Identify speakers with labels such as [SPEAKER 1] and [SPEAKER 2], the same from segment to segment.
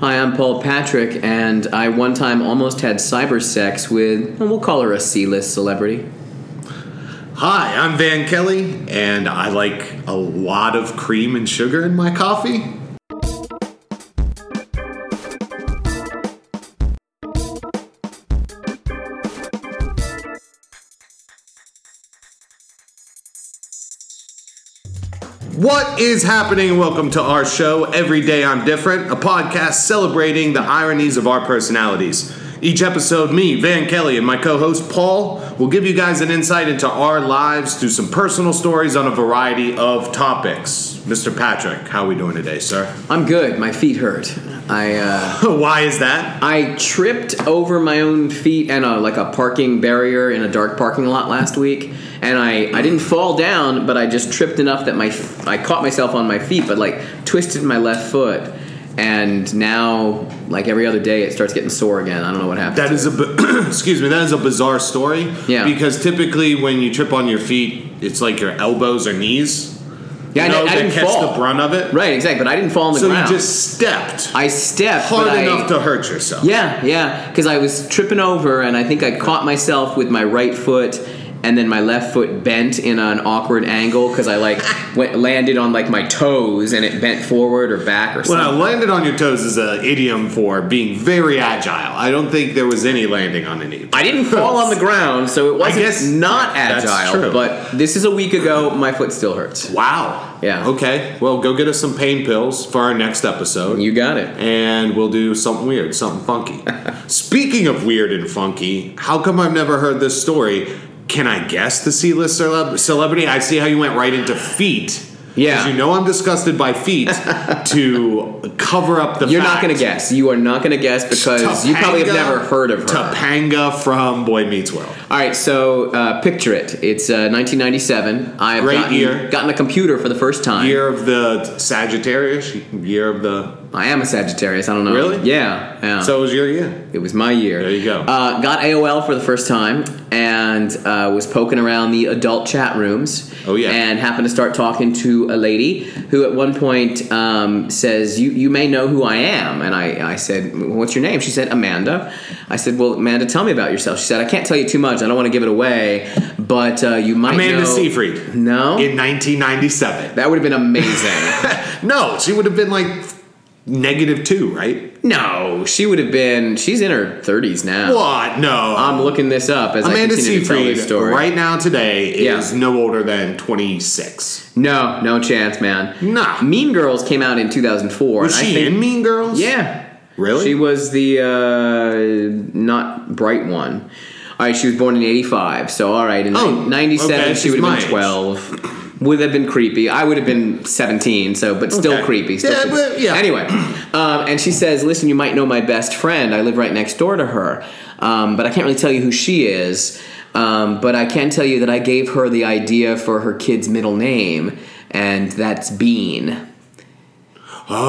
[SPEAKER 1] Hi, I'm Paul Patrick, and I one time almost had cyber sex with, well, we'll call her a C list celebrity.
[SPEAKER 2] Hi, I'm Van Kelly, and I like a lot of cream and sugar in my coffee. What is happening? Welcome to our show, Every Day I'm Different, a podcast celebrating the ironies of our personalities. Each episode, me, Van Kelly, and my co host Paul will give you guys an insight into our lives through some personal stories on a variety of topics. Mr. Patrick, how are we doing today, sir?
[SPEAKER 1] I'm good. My feet hurt. I uh,
[SPEAKER 2] Why is that?
[SPEAKER 1] I tripped over my own feet and a, like a parking barrier in a dark parking lot last week, and I, I didn't fall down, but I just tripped enough that my f- I caught myself on my feet, but like twisted my left foot, and now like every other day it starts getting sore again. I don't know what happened.
[SPEAKER 2] That is a bu- excuse me. That is a bizarre story.
[SPEAKER 1] Yeah.
[SPEAKER 2] Because typically, when you trip on your feet, it's like your elbows or knees.
[SPEAKER 1] Yeah, I
[SPEAKER 2] you
[SPEAKER 1] di-
[SPEAKER 2] know,
[SPEAKER 1] I
[SPEAKER 2] that
[SPEAKER 1] didn't
[SPEAKER 2] catch
[SPEAKER 1] fall.
[SPEAKER 2] the brunt of it.
[SPEAKER 1] Right, exactly. But I didn't fall on the
[SPEAKER 2] So
[SPEAKER 1] ground.
[SPEAKER 2] you just stepped
[SPEAKER 1] I stepped
[SPEAKER 2] hard
[SPEAKER 1] but I-
[SPEAKER 2] enough to hurt yourself.
[SPEAKER 1] Yeah, yeah. Because I was tripping over, and I think I caught myself with my right foot, and then my left foot bent in an awkward angle because I like went, landed on like my toes, and it bent forward or back or
[SPEAKER 2] Well,
[SPEAKER 1] something.
[SPEAKER 2] landed on your toes is an idiom for being very agile. I don't think there was any landing on any.
[SPEAKER 1] I didn't fall on the ground, so it wasn't
[SPEAKER 2] guess
[SPEAKER 1] not
[SPEAKER 2] that's
[SPEAKER 1] agile.
[SPEAKER 2] true.
[SPEAKER 1] But this is a week ago. My foot still hurts.
[SPEAKER 2] Wow.
[SPEAKER 1] Yeah.
[SPEAKER 2] Okay. Well, go get us some pain pills for our next episode.
[SPEAKER 1] You got it.
[SPEAKER 2] and we'll do something weird, something funky. Speaking of weird and funky, how come I've never heard this story? Can I guess the C-list celeb- celebrity? I see how you went right into feet.
[SPEAKER 1] Yeah.
[SPEAKER 2] 'Cause you know I'm disgusted by feet to cover up the.
[SPEAKER 1] You're not
[SPEAKER 2] fact.
[SPEAKER 1] gonna guess. You are not gonna guess because you probably have
[SPEAKER 2] Topanga-
[SPEAKER 1] never heard of her.
[SPEAKER 2] Topanga from Boy Meets World.
[SPEAKER 1] All right, so uh, picture it. It's uh, 1997. I've
[SPEAKER 2] Great
[SPEAKER 1] gotten,
[SPEAKER 2] year.
[SPEAKER 1] gotten a computer for the first time.
[SPEAKER 2] Year of the Sagittarius. Year of the.
[SPEAKER 1] I am a Sagittarius. I don't know.
[SPEAKER 2] Really?
[SPEAKER 1] Yeah. yeah.
[SPEAKER 2] So was your year.
[SPEAKER 1] it was my year.
[SPEAKER 2] There you go.
[SPEAKER 1] Uh, got AOL for the first time and uh, was poking around the adult chat rooms.
[SPEAKER 2] Oh, yeah.
[SPEAKER 1] And happened to start talking to a lady who at one point um, says, "You you may know who I am." And I I said, "What's your name?" She said, "Amanda." I said, "Well, Amanda, tell me about yourself." She said, "I can't tell you too much. I don't want to give it away, but uh, you might
[SPEAKER 2] Amanda
[SPEAKER 1] know."
[SPEAKER 2] Seyfried.
[SPEAKER 1] No.
[SPEAKER 2] In 1997.
[SPEAKER 1] that would have been amazing.
[SPEAKER 2] No, she would have been like negative two, right?
[SPEAKER 1] No, she would have been. She's in her thirties now.
[SPEAKER 2] What? No.
[SPEAKER 1] I'm looking this up as
[SPEAKER 2] Amanda
[SPEAKER 1] I continue to tell
[SPEAKER 2] Seyfried
[SPEAKER 1] this story.
[SPEAKER 2] right now today is
[SPEAKER 1] Yeah.
[SPEAKER 2] no older than 26.
[SPEAKER 1] No, no chance, man.
[SPEAKER 2] Nah.
[SPEAKER 1] Mean Girls came out in 2004.
[SPEAKER 2] Was
[SPEAKER 1] and I
[SPEAKER 2] she
[SPEAKER 1] think-
[SPEAKER 2] in Mean Girls?
[SPEAKER 1] Yeah.
[SPEAKER 2] Really?
[SPEAKER 1] She was the uh, not bright one. All right, she was born in 85. So all right, in
[SPEAKER 2] Oh,
[SPEAKER 1] nin- 97
[SPEAKER 2] okay,
[SPEAKER 1] she
[SPEAKER 2] she's
[SPEAKER 1] would
[SPEAKER 2] my
[SPEAKER 1] have
[SPEAKER 2] age.
[SPEAKER 1] been 12. Would have been creepy. I would have been 17, so but still
[SPEAKER 2] Okay.
[SPEAKER 1] creepy. Still
[SPEAKER 2] Yeah,
[SPEAKER 1] creepy.
[SPEAKER 2] but- yeah.
[SPEAKER 1] Anyway, um, and she says, "Listen, you might know my best friend. I live right next door to her, um, but I can't really tell you who she is. Um, but I can tell you that I gave her the idea for her kid's middle name, and that's Bean."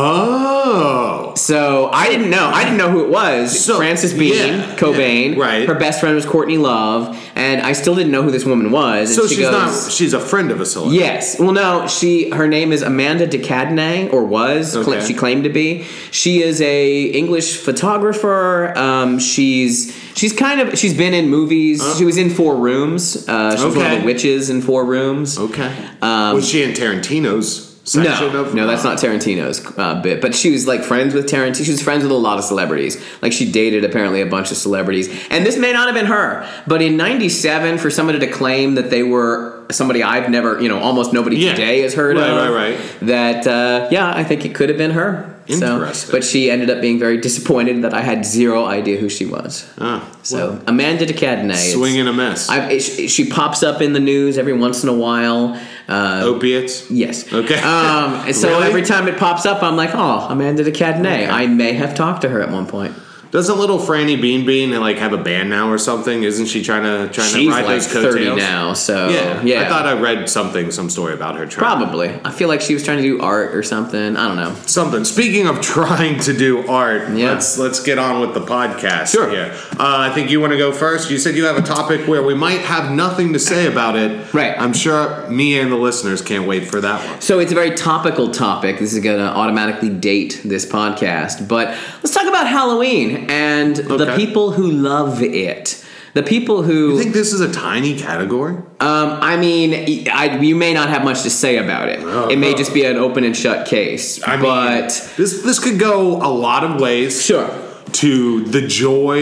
[SPEAKER 2] Oh.
[SPEAKER 1] So I didn't know. I didn't know who it was.
[SPEAKER 2] So-
[SPEAKER 1] Frances Bean
[SPEAKER 2] yeah,
[SPEAKER 1] Cobain.
[SPEAKER 2] yeah, right.
[SPEAKER 1] Her best friend was Courtney Love, and I still didn't know who this woman was. And
[SPEAKER 2] So
[SPEAKER 1] she
[SPEAKER 2] she's
[SPEAKER 1] goes,
[SPEAKER 2] not. She's a friend of a celebrity.
[SPEAKER 1] Yes. Well, no. She her name is Amanda Decadney, or was cla-
[SPEAKER 2] Okay.
[SPEAKER 1] she claimed to be. She is a English photographer. Um, she's she's kind of she's been in movies. She was in Four Rooms. Uh, she was one of
[SPEAKER 2] Uh-huh. Okay.
[SPEAKER 1] the witches in Four Rooms.
[SPEAKER 2] Okay.
[SPEAKER 1] Um,
[SPEAKER 2] was she in Tarantino's section
[SPEAKER 1] no,
[SPEAKER 2] of?
[SPEAKER 1] no, that's not Tarantino's uh, bit. But she was like friends with Tarantino. She was friends with a lot of celebrities. Like she dated apparently a bunch of celebrities. And this may not have been her, but in '97, for somebody to claim that they were somebody I've never, you know, almost nobody
[SPEAKER 2] Yeah.
[SPEAKER 1] today has heard
[SPEAKER 2] Right,
[SPEAKER 1] of.
[SPEAKER 2] right, right.
[SPEAKER 1] That uh, yeah, I think it could have been her. So-
[SPEAKER 2] Interesting.
[SPEAKER 1] but she ended up being very disappointed that I had zero idea who she was.
[SPEAKER 2] Ah,
[SPEAKER 1] so Amanda Decadney. is-
[SPEAKER 2] swing and a miss.
[SPEAKER 1] I've, it, she she pops up in the news every once in a while. Uh,
[SPEAKER 2] Opiates.
[SPEAKER 1] Yes.
[SPEAKER 2] Okay.
[SPEAKER 1] Um, and so
[SPEAKER 2] Really?
[SPEAKER 1] every time it pops up, I'm like, oh, Amanda de Cadenet. I may have talked to her at one point.
[SPEAKER 2] Doesn't little Franny Bean Bean like have a band now or something? Isn't she trying to trying
[SPEAKER 1] She's
[SPEAKER 2] to ride
[SPEAKER 1] like
[SPEAKER 2] those
[SPEAKER 1] thirty
[SPEAKER 2] coattails?
[SPEAKER 1] now, so
[SPEAKER 2] Yeah,
[SPEAKER 1] yeah,
[SPEAKER 2] I thought I read something, some story about her trying
[SPEAKER 1] probably. I feel like she was trying to do art or something. I don't know.
[SPEAKER 2] something. Speaking of trying to do art,
[SPEAKER 1] Yeah.
[SPEAKER 2] let's let's get on with the podcast.
[SPEAKER 1] Sure.
[SPEAKER 2] Here. Uh, I think you want to go first. You said you have a topic where we might have nothing to say about it.
[SPEAKER 1] Right.
[SPEAKER 2] I'm sure me and the listeners can't wait for that one.
[SPEAKER 1] So it's a very topical topic. This is going to automatically date this podcast. But let's talk about Halloween and the
[SPEAKER 2] Okay.
[SPEAKER 1] people who love it. The people who
[SPEAKER 2] You think this is a tiny category?
[SPEAKER 1] Um, I mean, I, you may not have much to say about it.
[SPEAKER 2] Oh,
[SPEAKER 1] it may
[SPEAKER 2] no.
[SPEAKER 1] just be an open and shut case.
[SPEAKER 2] I mean,
[SPEAKER 1] but
[SPEAKER 2] this this could go a lot of ways.
[SPEAKER 1] Sure.
[SPEAKER 2] To the joy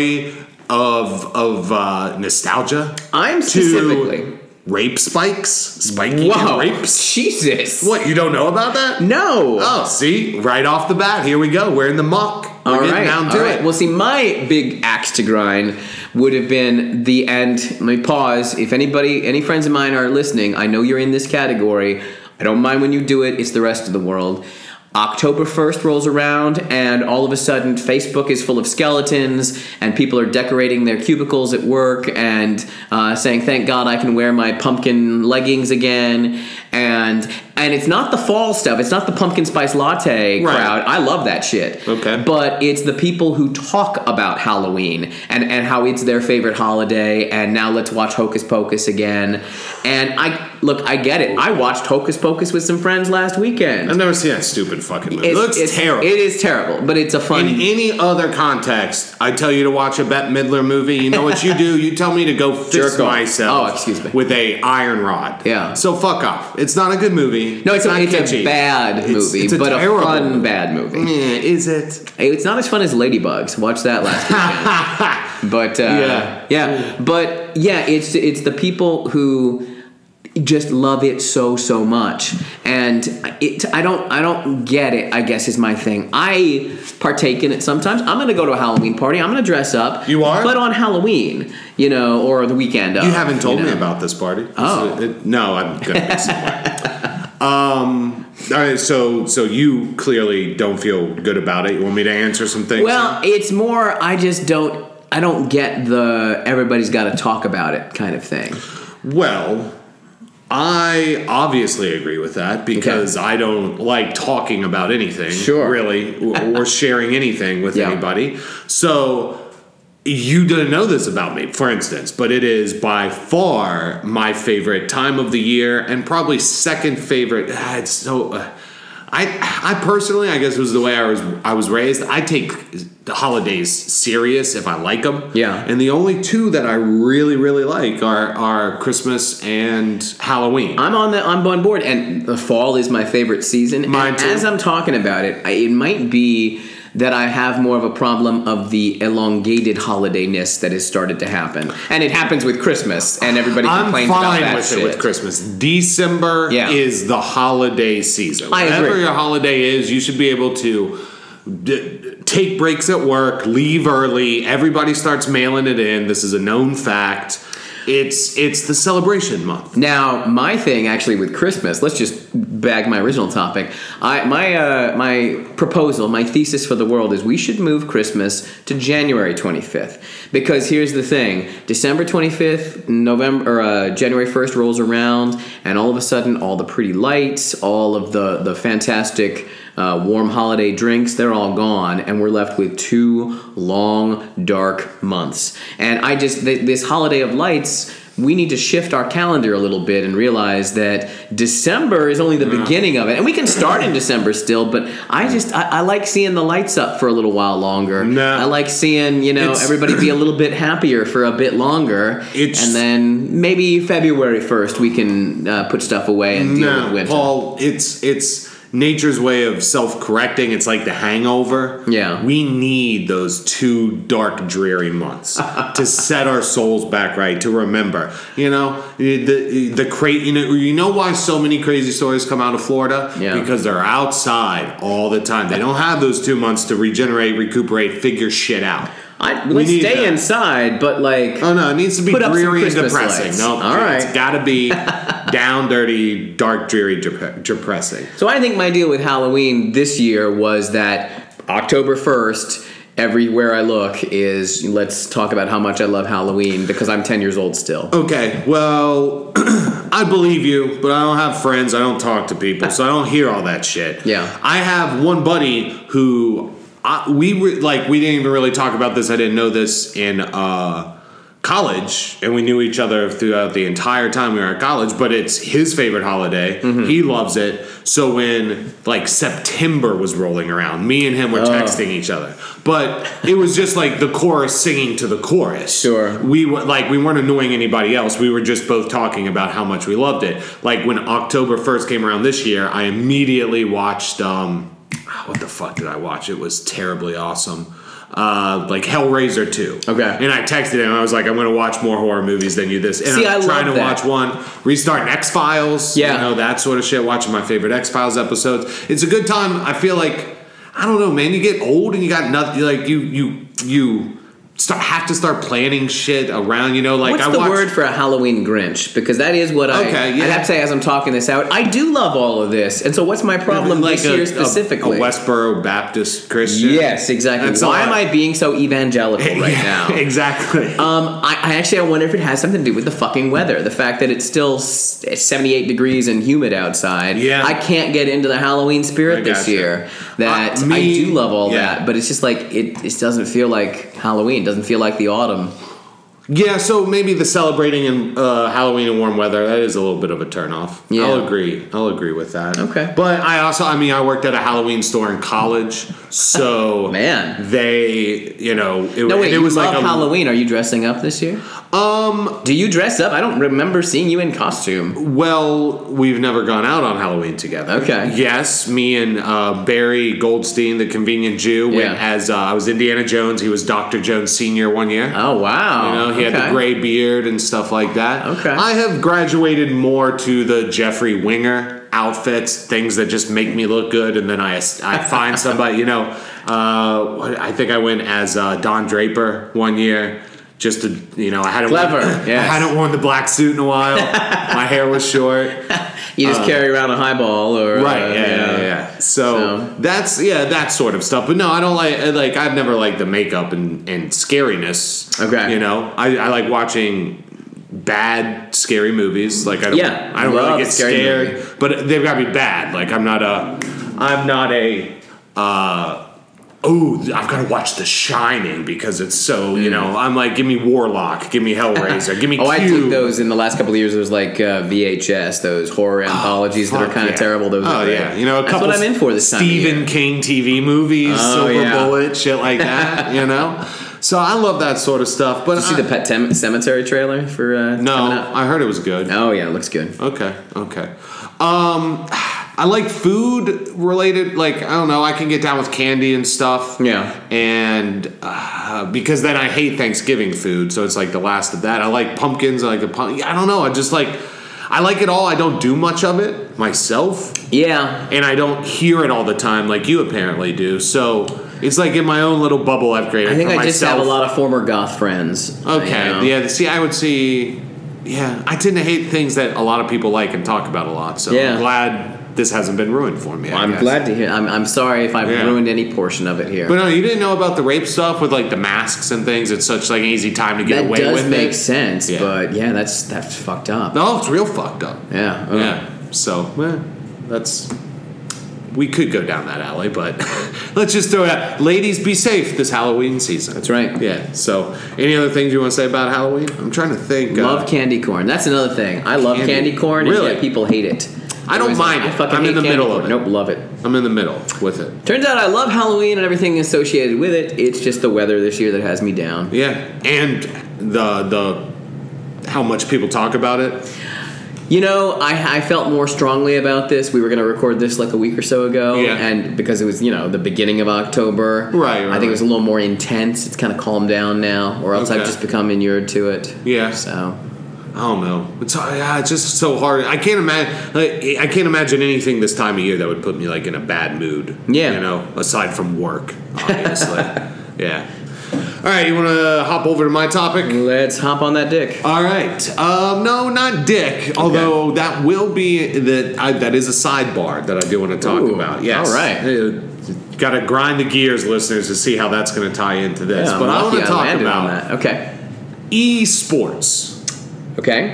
[SPEAKER 2] of of uh, nostalgia.
[SPEAKER 1] I'm specifically.
[SPEAKER 2] to rape spikes, spiking
[SPEAKER 1] Whoa,
[SPEAKER 2] and rapes.
[SPEAKER 1] Jesus!
[SPEAKER 2] What you don't know about that?
[SPEAKER 1] No.
[SPEAKER 2] Oh, see, right off the bat, here we go. We're in the muck. We're
[SPEAKER 1] All
[SPEAKER 2] getting
[SPEAKER 1] right,
[SPEAKER 2] down to
[SPEAKER 1] all right.
[SPEAKER 2] it.
[SPEAKER 1] Well, see, my big axe to grind would have been the end. Let me pause. If anybody, any friends of mine are listening, I know you're in this category. I don't mind when you do it. It's the rest of the world. October 1st rolls around, and all of a sudden, Facebook is full of skeletons, and people are decorating their cubicles at work and uh, saying, Thank God I can wear my pumpkin leggings again. And and it's not the fall stuff, it's not the pumpkin spice latte
[SPEAKER 2] Right.
[SPEAKER 1] crowd. I love that shit.
[SPEAKER 2] Okay.
[SPEAKER 1] But it's the people who talk about Halloween and, and how it's their favorite holiday, and now let's watch Hocus Pocus again. And I look, I get it. I watched Hocus Pocus with some friends last weekend.
[SPEAKER 2] I've never seen that stupid fucking movie.
[SPEAKER 1] It's-
[SPEAKER 2] it looks
[SPEAKER 1] it's-
[SPEAKER 2] terrible.
[SPEAKER 1] It is terrible, but it's a fun.
[SPEAKER 2] in any other context, I tell you to watch a Bette Midler movie. You know what you do? You tell me to go fist
[SPEAKER 1] Jerk off.
[SPEAKER 2] myself.
[SPEAKER 1] Oh, excuse me.
[SPEAKER 2] With a iron rod.
[SPEAKER 1] Yeah.
[SPEAKER 2] So fuck off. It's not a good movie.
[SPEAKER 1] no, it's,
[SPEAKER 2] not
[SPEAKER 1] a, it's a
[SPEAKER 2] catchy.
[SPEAKER 1] bad
[SPEAKER 2] It's-
[SPEAKER 1] movie,
[SPEAKER 2] it's a
[SPEAKER 1] but a
[SPEAKER 2] terrible
[SPEAKER 1] fun
[SPEAKER 2] movie.
[SPEAKER 1] bad movie.
[SPEAKER 2] Eh, is it?
[SPEAKER 1] It's not as fun as Ladybugs. Watch that last weekend. but uh,
[SPEAKER 2] Yeah.
[SPEAKER 1] yeah, but yeah, it's it's the people who just love it so so much, and it I don't I don't get it. I guess is my thing. I partake in it sometimes. I'm gonna go to a Halloween party. I'm gonna dress up.
[SPEAKER 2] You are?
[SPEAKER 1] but on Halloween, you know, or the weekend. Of,
[SPEAKER 2] You haven't told
[SPEAKER 1] Oh, know.
[SPEAKER 2] me about this party.
[SPEAKER 1] Oh.
[SPEAKER 2] It- it- no, I'm gonna be somewhere. um, all right, so so you clearly don't feel good about it. You want me to answer some things?
[SPEAKER 1] Well, it's more. I just don't. I don't get the everybody's got to talk about it kind of thing.
[SPEAKER 2] Well, I obviously agree with that because I don't like talking about anything,
[SPEAKER 1] Sure.
[SPEAKER 2] really, or, or sharing anything with
[SPEAKER 1] Yeah.
[SPEAKER 2] anybody. So you didn't know this about me, for instance, but it is by far my favorite time of the year and probably second favorite. Ah, It's so. Uh, I, I personally, I guess it was the way I was I was raised. I take the holidays serious if I like them.
[SPEAKER 1] Yeah.
[SPEAKER 2] And the only two that I really, really like are are Christmas and Halloween.
[SPEAKER 1] I'm on the I'm on board, and the fall is my favorite season.
[SPEAKER 2] Mine
[SPEAKER 1] and
[SPEAKER 2] too.
[SPEAKER 1] As I'm talking about it, I, it might be that I have more of a problem of the elongated holidayness that has started to happen, and it happens with Christmas, and everybody
[SPEAKER 2] I'm
[SPEAKER 1] complains about
[SPEAKER 2] fine
[SPEAKER 1] that
[SPEAKER 2] with
[SPEAKER 1] shit.
[SPEAKER 2] it with Christmas. December
[SPEAKER 1] Yeah.
[SPEAKER 2] is the holiday season.
[SPEAKER 1] I
[SPEAKER 2] Whatever
[SPEAKER 1] agree.
[SPEAKER 2] your holiday is, you should be able to d- take breaks at work, leave early. Everybody starts mailing it in. This is a known fact. It's it's the celebration month.
[SPEAKER 1] Now, my thing actually with Christmas, let's just bag my original topic. I my uh, my proposal, my thesis for the world is we should move Christmas to January 25th because here's the thing: December 25th, November, or, uh, January 1st rolls around, and all of a sudden, all the pretty lights, all of the the fantastic. Uh, warm holiday drinks, they're all gone, and we're left with two long, dark months. And I just, th- this holiday of lights, we need to shift our calendar a little bit and realize that December is only the beginning of it. And we can start in December still, but I just I, I like seeing the lights up for a little while longer.
[SPEAKER 2] No.
[SPEAKER 1] I like seeing, you know,
[SPEAKER 2] It's-
[SPEAKER 1] everybody be a little bit happier for a bit longer.
[SPEAKER 2] It's-
[SPEAKER 1] and then maybe February 1st we can uh, put stuff away and deal with winter.
[SPEAKER 2] Paul, it's it's nature's way of self-correcting. It's like the hangover.
[SPEAKER 1] Yeah.
[SPEAKER 2] We need those two dark, dreary months to set our souls back right, to remember. You know, the the crate you know you know why so many crazy stories come out of Florida?
[SPEAKER 1] Yeah.
[SPEAKER 2] Because they're outside all the time. They don't have those two months to regenerate, recuperate, figure shit out.
[SPEAKER 1] I,
[SPEAKER 2] We
[SPEAKER 1] let's
[SPEAKER 2] need
[SPEAKER 1] stay
[SPEAKER 2] that.
[SPEAKER 1] inside, but like
[SPEAKER 2] Oh no, it needs to be
[SPEAKER 1] Put up some
[SPEAKER 2] dreary and
[SPEAKER 1] Christmas
[SPEAKER 2] depressing.
[SPEAKER 1] lights.
[SPEAKER 2] No,
[SPEAKER 1] All
[SPEAKER 2] it's
[SPEAKER 1] right.
[SPEAKER 2] got to be down, dirty, dark, dreary, dep- depressing.
[SPEAKER 1] So I think my deal with Halloween this year was that October 1st, everywhere I look is let's talk about how much I love Halloween because I'm 10 years old still.
[SPEAKER 2] Okay, well, I believe you, but I don't have friends. I don't talk to people, so I don't hear all that shit.
[SPEAKER 1] Yeah.
[SPEAKER 2] I have one buddy who I, we were like we didn't even really talk about this. I didn't know this in uh, college, and we knew each other throughout the entire time we were at college. But it's his favorite holiday.
[SPEAKER 1] Mm-hmm.
[SPEAKER 2] He loves it. So when like September was rolling around, me and
[SPEAKER 1] Oh.
[SPEAKER 2] him were texting each other. But it was just like the chorus singing to the chorus
[SPEAKER 1] Sure.
[SPEAKER 2] we were like we weren't annoying anybody else. We were just both talking about how much we loved it. Like when October first came around this year, I immediately watched um what the fuck did I watch? It was terribly awesome. Uh, like Hellraiser 2.
[SPEAKER 1] Okay.
[SPEAKER 2] And I texted him. I was like, I'm going to watch more horror movies than you this. And
[SPEAKER 1] See, I
[SPEAKER 2] I'm
[SPEAKER 1] love
[SPEAKER 2] trying to
[SPEAKER 1] that.
[SPEAKER 2] watch one. Restarting X Files.
[SPEAKER 1] Yeah.
[SPEAKER 2] You know, that sort of shit. Watching my favorite X Files episodes. It's a good time. I feel like, I don't know, man. You get old and you got nothing. Like, you, you, you. Start, have to start planning shit around, you know, like
[SPEAKER 1] What's
[SPEAKER 2] I
[SPEAKER 1] the
[SPEAKER 2] watched,
[SPEAKER 1] word for a Halloween Grinch? Because that is what I.
[SPEAKER 2] Okay, yeah.
[SPEAKER 1] I'd have to say as I'm talking this out. I do love all of this, and so what's my problem
[SPEAKER 2] like
[SPEAKER 1] this year specifically?
[SPEAKER 2] a Westboro Baptist Christian.
[SPEAKER 1] yes, exactly.
[SPEAKER 2] That's
[SPEAKER 1] Why
[SPEAKER 2] a
[SPEAKER 1] am
[SPEAKER 2] lot.
[SPEAKER 1] I being so evangelical right
[SPEAKER 2] Yeah,
[SPEAKER 1] now?
[SPEAKER 2] exactly.
[SPEAKER 1] Um, I, I actually I wonder if it has something to do with the fucking weather. The fact that it's still s- it's 78 degrees and humid outside.
[SPEAKER 2] Yeah.
[SPEAKER 1] I can't get into the Halloween
[SPEAKER 2] I
[SPEAKER 1] spirit this
[SPEAKER 2] gotcha.
[SPEAKER 1] year. That
[SPEAKER 2] Uh, me-
[SPEAKER 1] I do love all
[SPEAKER 2] yeah.
[SPEAKER 1] that, but it's just like it, it doesn't feel like Halloween. Doesn't feel like the autumn.
[SPEAKER 2] Yeah, so maybe the celebrating in uh, Halloween in warm weather that is a little bit of a turnoff.
[SPEAKER 1] Yeah.
[SPEAKER 2] I'll agree. I'll agree with that.
[SPEAKER 1] Okay.
[SPEAKER 2] but I also, I mean, I worked at a Halloween store in college, so
[SPEAKER 1] Man.
[SPEAKER 2] they, you know, it,
[SPEAKER 1] No, wait.
[SPEAKER 2] it
[SPEAKER 1] you
[SPEAKER 2] was
[SPEAKER 1] love
[SPEAKER 2] like a,
[SPEAKER 1] Halloween. Are you dressing up this year? Um, do you dress up? I don't remember seeing you in costume.
[SPEAKER 2] Well, we've never gone out on Halloween together.
[SPEAKER 1] Okay.
[SPEAKER 2] Yes, me and uh, Barry Goldstein, the convenient Jew, went
[SPEAKER 1] Yeah.
[SPEAKER 2] as uh, I was Indiana Jones. He was Doctor Jones Senior one year.
[SPEAKER 1] Oh wow!
[SPEAKER 2] You know, he had
[SPEAKER 1] Okay.
[SPEAKER 2] the gray beard and stuff like that.
[SPEAKER 1] Okay.
[SPEAKER 2] I have graduated more to the Jeffrey Winger outfits, things that just make me look good, and then I, I find somebody, you know, uh, what- I think I went as uh, Don Draper one year. Just to, you know, I hadn't
[SPEAKER 1] Clever,
[SPEAKER 2] I
[SPEAKER 1] yes.
[SPEAKER 2] hadn't worn the black suit in a while. My hair was short.
[SPEAKER 1] You just carry around a highball or
[SPEAKER 2] uh, Right.
[SPEAKER 1] uh,
[SPEAKER 2] yeah, yeah, yeah, yeah. So,
[SPEAKER 1] So-
[SPEAKER 2] that's yeah, that sort of stuff. But no, I don't like like I've never liked the makeup and and scariness.
[SPEAKER 1] Okay.
[SPEAKER 2] You know, I, I like watching bad scary movies. Like I don't,
[SPEAKER 1] Yeah,
[SPEAKER 2] I don't
[SPEAKER 1] love
[SPEAKER 2] really get
[SPEAKER 1] scary
[SPEAKER 2] scared,
[SPEAKER 1] movie.
[SPEAKER 2] but they've got to be bad. Like I'm not a, I'm not a. uh Oh, I've got to watch The Shining because it's so you know. I'm like, give me Warlock, give me Hellraiser, give me.
[SPEAKER 1] Mm. Oh, I
[SPEAKER 2] Cube.
[SPEAKER 1] took those in the last couple of years. It was like uh, VHS, those horror anthologies that
[SPEAKER 2] Oh, Fuck
[SPEAKER 1] are kind of
[SPEAKER 2] yeah.
[SPEAKER 1] terrible. Those
[SPEAKER 2] oh
[SPEAKER 1] are great.
[SPEAKER 2] yeah, you know, a
[SPEAKER 1] that's
[SPEAKER 2] couple
[SPEAKER 1] what I'm in for this time. of
[SPEAKER 2] Stephen
[SPEAKER 1] year.
[SPEAKER 2] King TV movies,
[SPEAKER 1] Oh,
[SPEAKER 2] Silver
[SPEAKER 1] yeah.
[SPEAKER 2] Bullet, shit like that. you know, so I love that sort of stuff. But
[SPEAKER 1] Did you see
[SPEAKER 2] I-
[SPEAKER 1] the Pet Tem- Cemetery trailer for? Uh, it's coming
[SPEAKER 2] no,
[SPEAKER 1] out?
[SPEAKER 2] I heard it was good.
[SPEAKER 1] Oh yeah, it looks good.
[SPEAKER 2] Okay, okay. Um, I like food related. Like I don't know, I can get down with candy and stuff.
[SPEAKER 1] Yeah.
[SPEAKER 2] and uh, because then I hate Thanksgiving food, so it's like the last of that. I like pumpkins. I like the pump. I don't know. I just like. I like it all. I don't do much of it myself.
[SPEAKER 1] Yeah,
[SPEAKER 2] and I don't hear it all the time like you apparently do. So it's like in my own little bubble I've created
[SPEAKER 1] I think
[SPEAKER 2] for
[SPEAKER 1] I
[SPEAKER 2] myself.
[SPEAKER 1] just have a lot of former goth friends.
[SPEAKER 2] Okay,
[SPEAKER 1] you know?
[SPEAKER 2] yeah. See, I would see. Yeah, I tend to hate things that a lot of people like and talk about a lot. So
[SPEAKER 1] Yeah.
[SPEAKER 2] I'm glad this hasn't been ruined for me. I
[SPEAKER 1] I'm
[SPEAKER 2] guess.
[SPEAKER 1] glad to hear. I'm, I'm sorry if I've
[SPEAKER 2] Yeah.
[SPEAKER 1] ruined any portion of it here.
[SPEAKER 2] But no, you didn't know about the rape stuff with like the masks and things. It's such like an easy time to get
[SPEAKER 1] that
[SPEAKER 2] away
[SPEAKER 1] does
[SPEAKER 2] with
[SPEAKER 1] make
[SPEAKER 2] it.
[SPEAKER 1] sense.
[SPEAKER 2] Yeah.
[SPEAKER 1] But yeah, that's that's fucked up.
[SPEAKER 2] No, it's real fucked up.
[SPEAKER 1] Yeah. Oh, ugh.
[SPEAKER 2] Yeah. So, eh, that's. We could go down that alley, but let's just throw it out. Ladies, be safe this Halloween season.
[SPEAKER 1] That's right.
[SPEAKER 2] Yeah. So, any other things you want to say about Halloween? I'm trying to think. uh,
[SPEAKER 1] Love candy corn. That's another thing. I love
[SPEAKER 2] Candy.
[SPEAKER 1] candy, corn,
[SPEAKER 2] Really?
[SPEAKER 1] and yet people hate it.
[SPEAKER 2] I don't
[SPEAKER 1] Everybody's like,
[SPEAKER 2] mind it.
[SPEAKER 1] I fucking
[SPEAKER 2] I'm
[SPEAKER 1] hate
[SPEAKER 2] in the
[SPEAKER 1] candy
[SPEAKER 2] middle
[SPEAKER 1] corn."
[SPEAKER 2] of it.
[SPEAKER 1] Nope, love it.
[SPEAKER 2] I'm in the middle with it.
[SPEAKER 1] Turns out I love Halloween and everything associated with it. It's just the weather this year that has me down.
[SPEAKER 2] Yeah, and the the how much people talk about it.
[SPEAKER 1] You know, I, I felt more strongly about this. We were going to record this like a week or so ago,
[SPEAKER 2] Yeah.
[SPEAKER 1] and because it was you know the beginning of October,
[SPEAKER 2] Right, right,
[SPEAKER 1] I think
[SPEAKER 2] right.
[SPEAKER 1] it was a little more intense. It's kind of calmed down now, or else
[SPEAKER 2] Okay.
[SPEAKER 1] I've just become inured to it.
[SPEAKER 2] Yeah.
[SPEAKER 1] So
[SPEAKER 2] I don't know. It's ah, it's just so hard. I can't imagine. Like, I can't imagine anything this time of year that would put me like in a bad mood.
[SPEAKER 1] Yeah.
[SPEAKER 2] you know, aside from work, obviously. yeah. All right, you want to hop over to my topic?
[SPEAKER 1] Let's hop on that dick.
[SPEAKER 2] All right. Um, no, not dick. Although that will be that I, that is a sidebar that I do want to talk
[SPEAKER 1] Ooh,
[SPEAKER 2] about. Yes. uh,
[SPEAKER 1] all right.
[SPEAKER 2] Got to grind the gears, listeners, to see how that's going to tie into this.
[SPEAKER 1] Yeah, I'm
[SPEAKER 2] but I want
[SPEAKER 1] lucky
[SPEAKER 2] to talk
[SPEAKER 1] landed on that.
[SPEAKER 2] about
[SPEAKER 1] Okay.
[SPEAKER 2] esports.
[SPEAKER 1] Okay.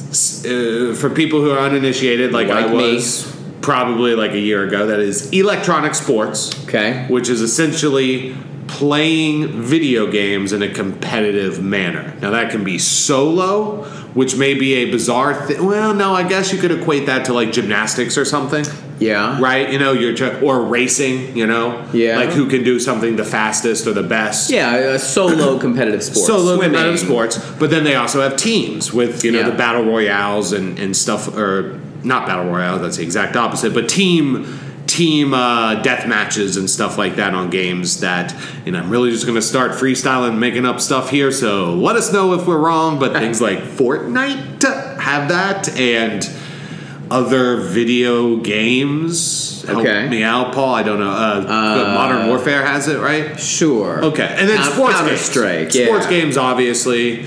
[SPEAKER 2] uh, for people who are uninitiated, like, I
[SPEAKER 1] Like me.
[SPEAKER 2] was probably like a year ago, that is electronic sports,
[SPEAKER 1] Okay.
[SPEAKER 2] which is essentially playing video games in a competitive manner. Now, that can be solo, which may be a bizarre thing. Well, no, I guess you could equate that to like gymnastics or something.
[SPEAKER 1] Yeah.
[SPEAKER 2] Right, you know, you're tr- or racing, you know,
[SPEAKER 1] Yeah.
[SPEAKER 2] like who can do something the fastest or the best,
[SPEAKER 1] Yeah, a solo competitive sport.
[SPEAKER 2] solo
[SPEAKER 1] Swimming.
[SPEAKER 2] competitive sports, but then they also have teams with you know
[SPEAKER 1] Yeah.
[SPEAKER 2] the battle royales and and stuff, or not battle royale. That's the exact opposite, but team team uh, death matches and stuff like that on games that and i'm really just going to start freestyling making up stuff here so let us know if we're wrong but things like fortnite have that and other video games help
[SPEAKER 1] Okay.
[SPEAKER 2] me out paul i don't know uh, modern warfare has it right
[SPEAKER 1] Sure.
[SPEAKER 2] Okay, and then
[SPEAKER 1] Coun-
[SPEAKER 2] sports games.
[SPEAKER 1] Counter-Strike, yeah.
[SPEAKER 2] Sports games, obviously.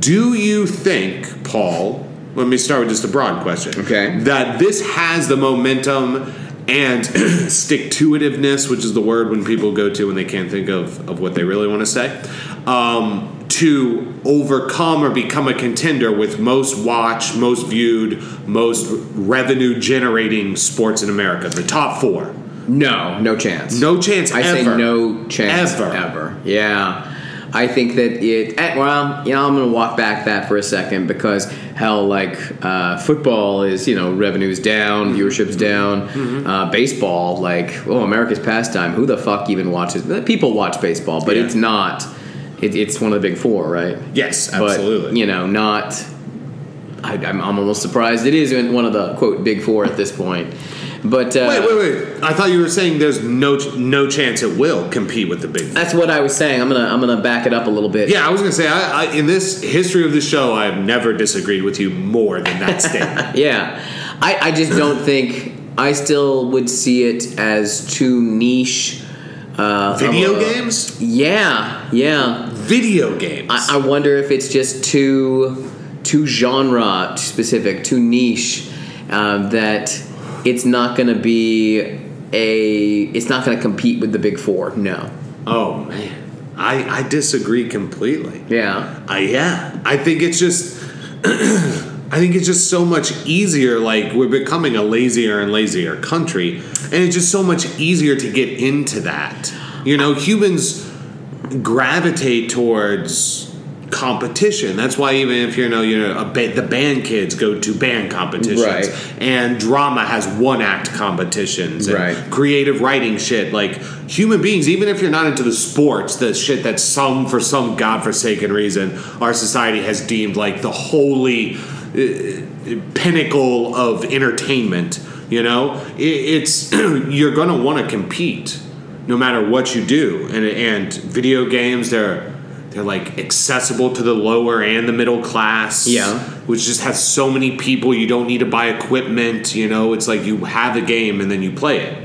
[SPEAKER 2] Do you think, Paul? Let me start with just a broad question.
[SPEAKER 1] Okay.
[SPEAKER 2] that this has the momentum and stick to itiveness, which is the word when people go to when they can't think of, of what they really want to say, um, to overcome or become a contender with most watched, most viewed, most revenue generating sports in America, the top four.
[SPEAKER 1] No, no chance.
[SPEAKER 2] No chance
[SPEAKER 1] I
[SPEAKER 2] ever.
[SPEAKER 1] say no chance
[SPEAKER 2] Ever.
[SPEAKER 1] ever. Yeah. I think that it. eh, Well, you know, I'm going to walk back that for a second because how like uh, football is, you know, revenues
[SPEAKER 2] Mm-hmm.
[SPEAKER 1] down, viewerships down. Uh, baseball, like, oh, America's pastime. Who the fuck even watches? People watch baseball, but
[SPEAKER 2] Yeah.
[SPEAKER 1] it's not. It, it's one of the big four, right?
[SPEAKER 2] Yes,
[SPEAKER 1] But,
[SPEAKER 2] absolutely.
[SPEAKER 1] you know, not. I, I'm, I'm almost surprised it is in one of the quote big four at this point. But uh,
[SPEAKER 2] Wait, wait, wait! I thought you were saying there's no no chance it will compete with the Big Four.
[SPEAKER 1] That's what I was saying. I'm gonna I'm gonna back it up a little bit.
[SPEAKER 2] Yeah, I was gonna say I, I, in this history of the show, I have never disagreed with you more than that statement.
[SPEAKER 1] yeah. I, I just don't think I still would see it as too niche. Uh, of
[SPEAKER 2] Video
[SPEAKER 1] a-
[SPEAKER 2] games,
[SPEAKER 1] Yeah, yeah.
[SPEAKER 2] video games.
[SPEAKER 1] I, I wonder if it's just too too genre specific, too niche, um, that it's not gonna be a it's not gonna compete with the big four. No.
[SPEAKER 2] oh man, I, I disagree completely.
[SPEAKER 1] Yeah.
[SPEAKER 2] Uh, yeah, I think it's just, I think it's just so much easier. Like we're becoming a lazier and lazier country, and it's just so much easier to get into that. You know, humans gravitate towards competition. That's why even if you know you know a ba- the band kids go to band competitions,
[SPEAKER 1] Right.
[SPEAKER 2] and drama has one act competitions, and
[SPEAKER 1] Right.
[SPEAKER 2] creative writing shit. Like human beings, even if you're not into the sports, the shit that some, for some godforsaken reason, our society has deemed like the holy uh, pinnacle of entertainment. You know, it, it's you're gonna want to compete, no matter what you do, and and video games they're they're like accessible to the lower and the middle class
[SPEAKER 1] Yeah.
[SPEAKER 2] which just has so many people. You don't need to buy equipment. You know, it's like you have a game and then you play it.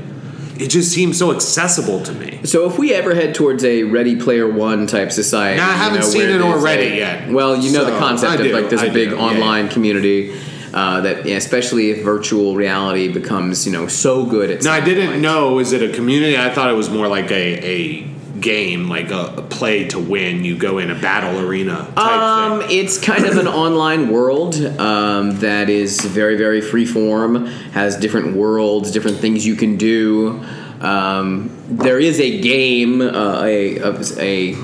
[SPEAKER 2] It just seems so accessible to me.
[SPEAKER 1] So if we ever head towards a Ready Player One type society,
[SPEAKER 2] Now, I
[SPEAKER 1] you
[SPEAKER 2] haven't
[SPEAKER 1] know,
[SPEAKER 2] seen
[SPEAKER 1] where
[SPEAKER 2] it
[SPEAKER 1] there's
[SPEAKER 2] already
[SPEAKER 1] a-
[SPEAKER 2] yet.
[SPEAKER 1] Well, you know
[SPEAKER 2] So,
[SPEAKER 1] the concept
[SPEAKER 2] I
[SPEAKER 1] of
[SPEAKER 2] do,
[SPEAKER 1] like there's
[SPEAKER 2] I
[SPEAKER 1] a big
[SPEAKER 2] do, yeah,
[SPEAKER 1] online community uh, that, yeah, especially if virtual reality becomes you know so good at.
[SPEAKER 2] Now I
[SPEAKER 1] some
[SPEAKER 2] didn't
[SPEAKER 1] point.
[SPEAKER 2] know is it a community? I thought it was more like a, a game, like a, a play to win. You go in a battle arena. Type
[SPEAKER 1] Um,
[SPEAKER 2] thing.
[SPEAKER 1] it's kind of an online world um, that is very, very free form, has different worlds, different things you can do. Um, there is a game, uh, a, a, a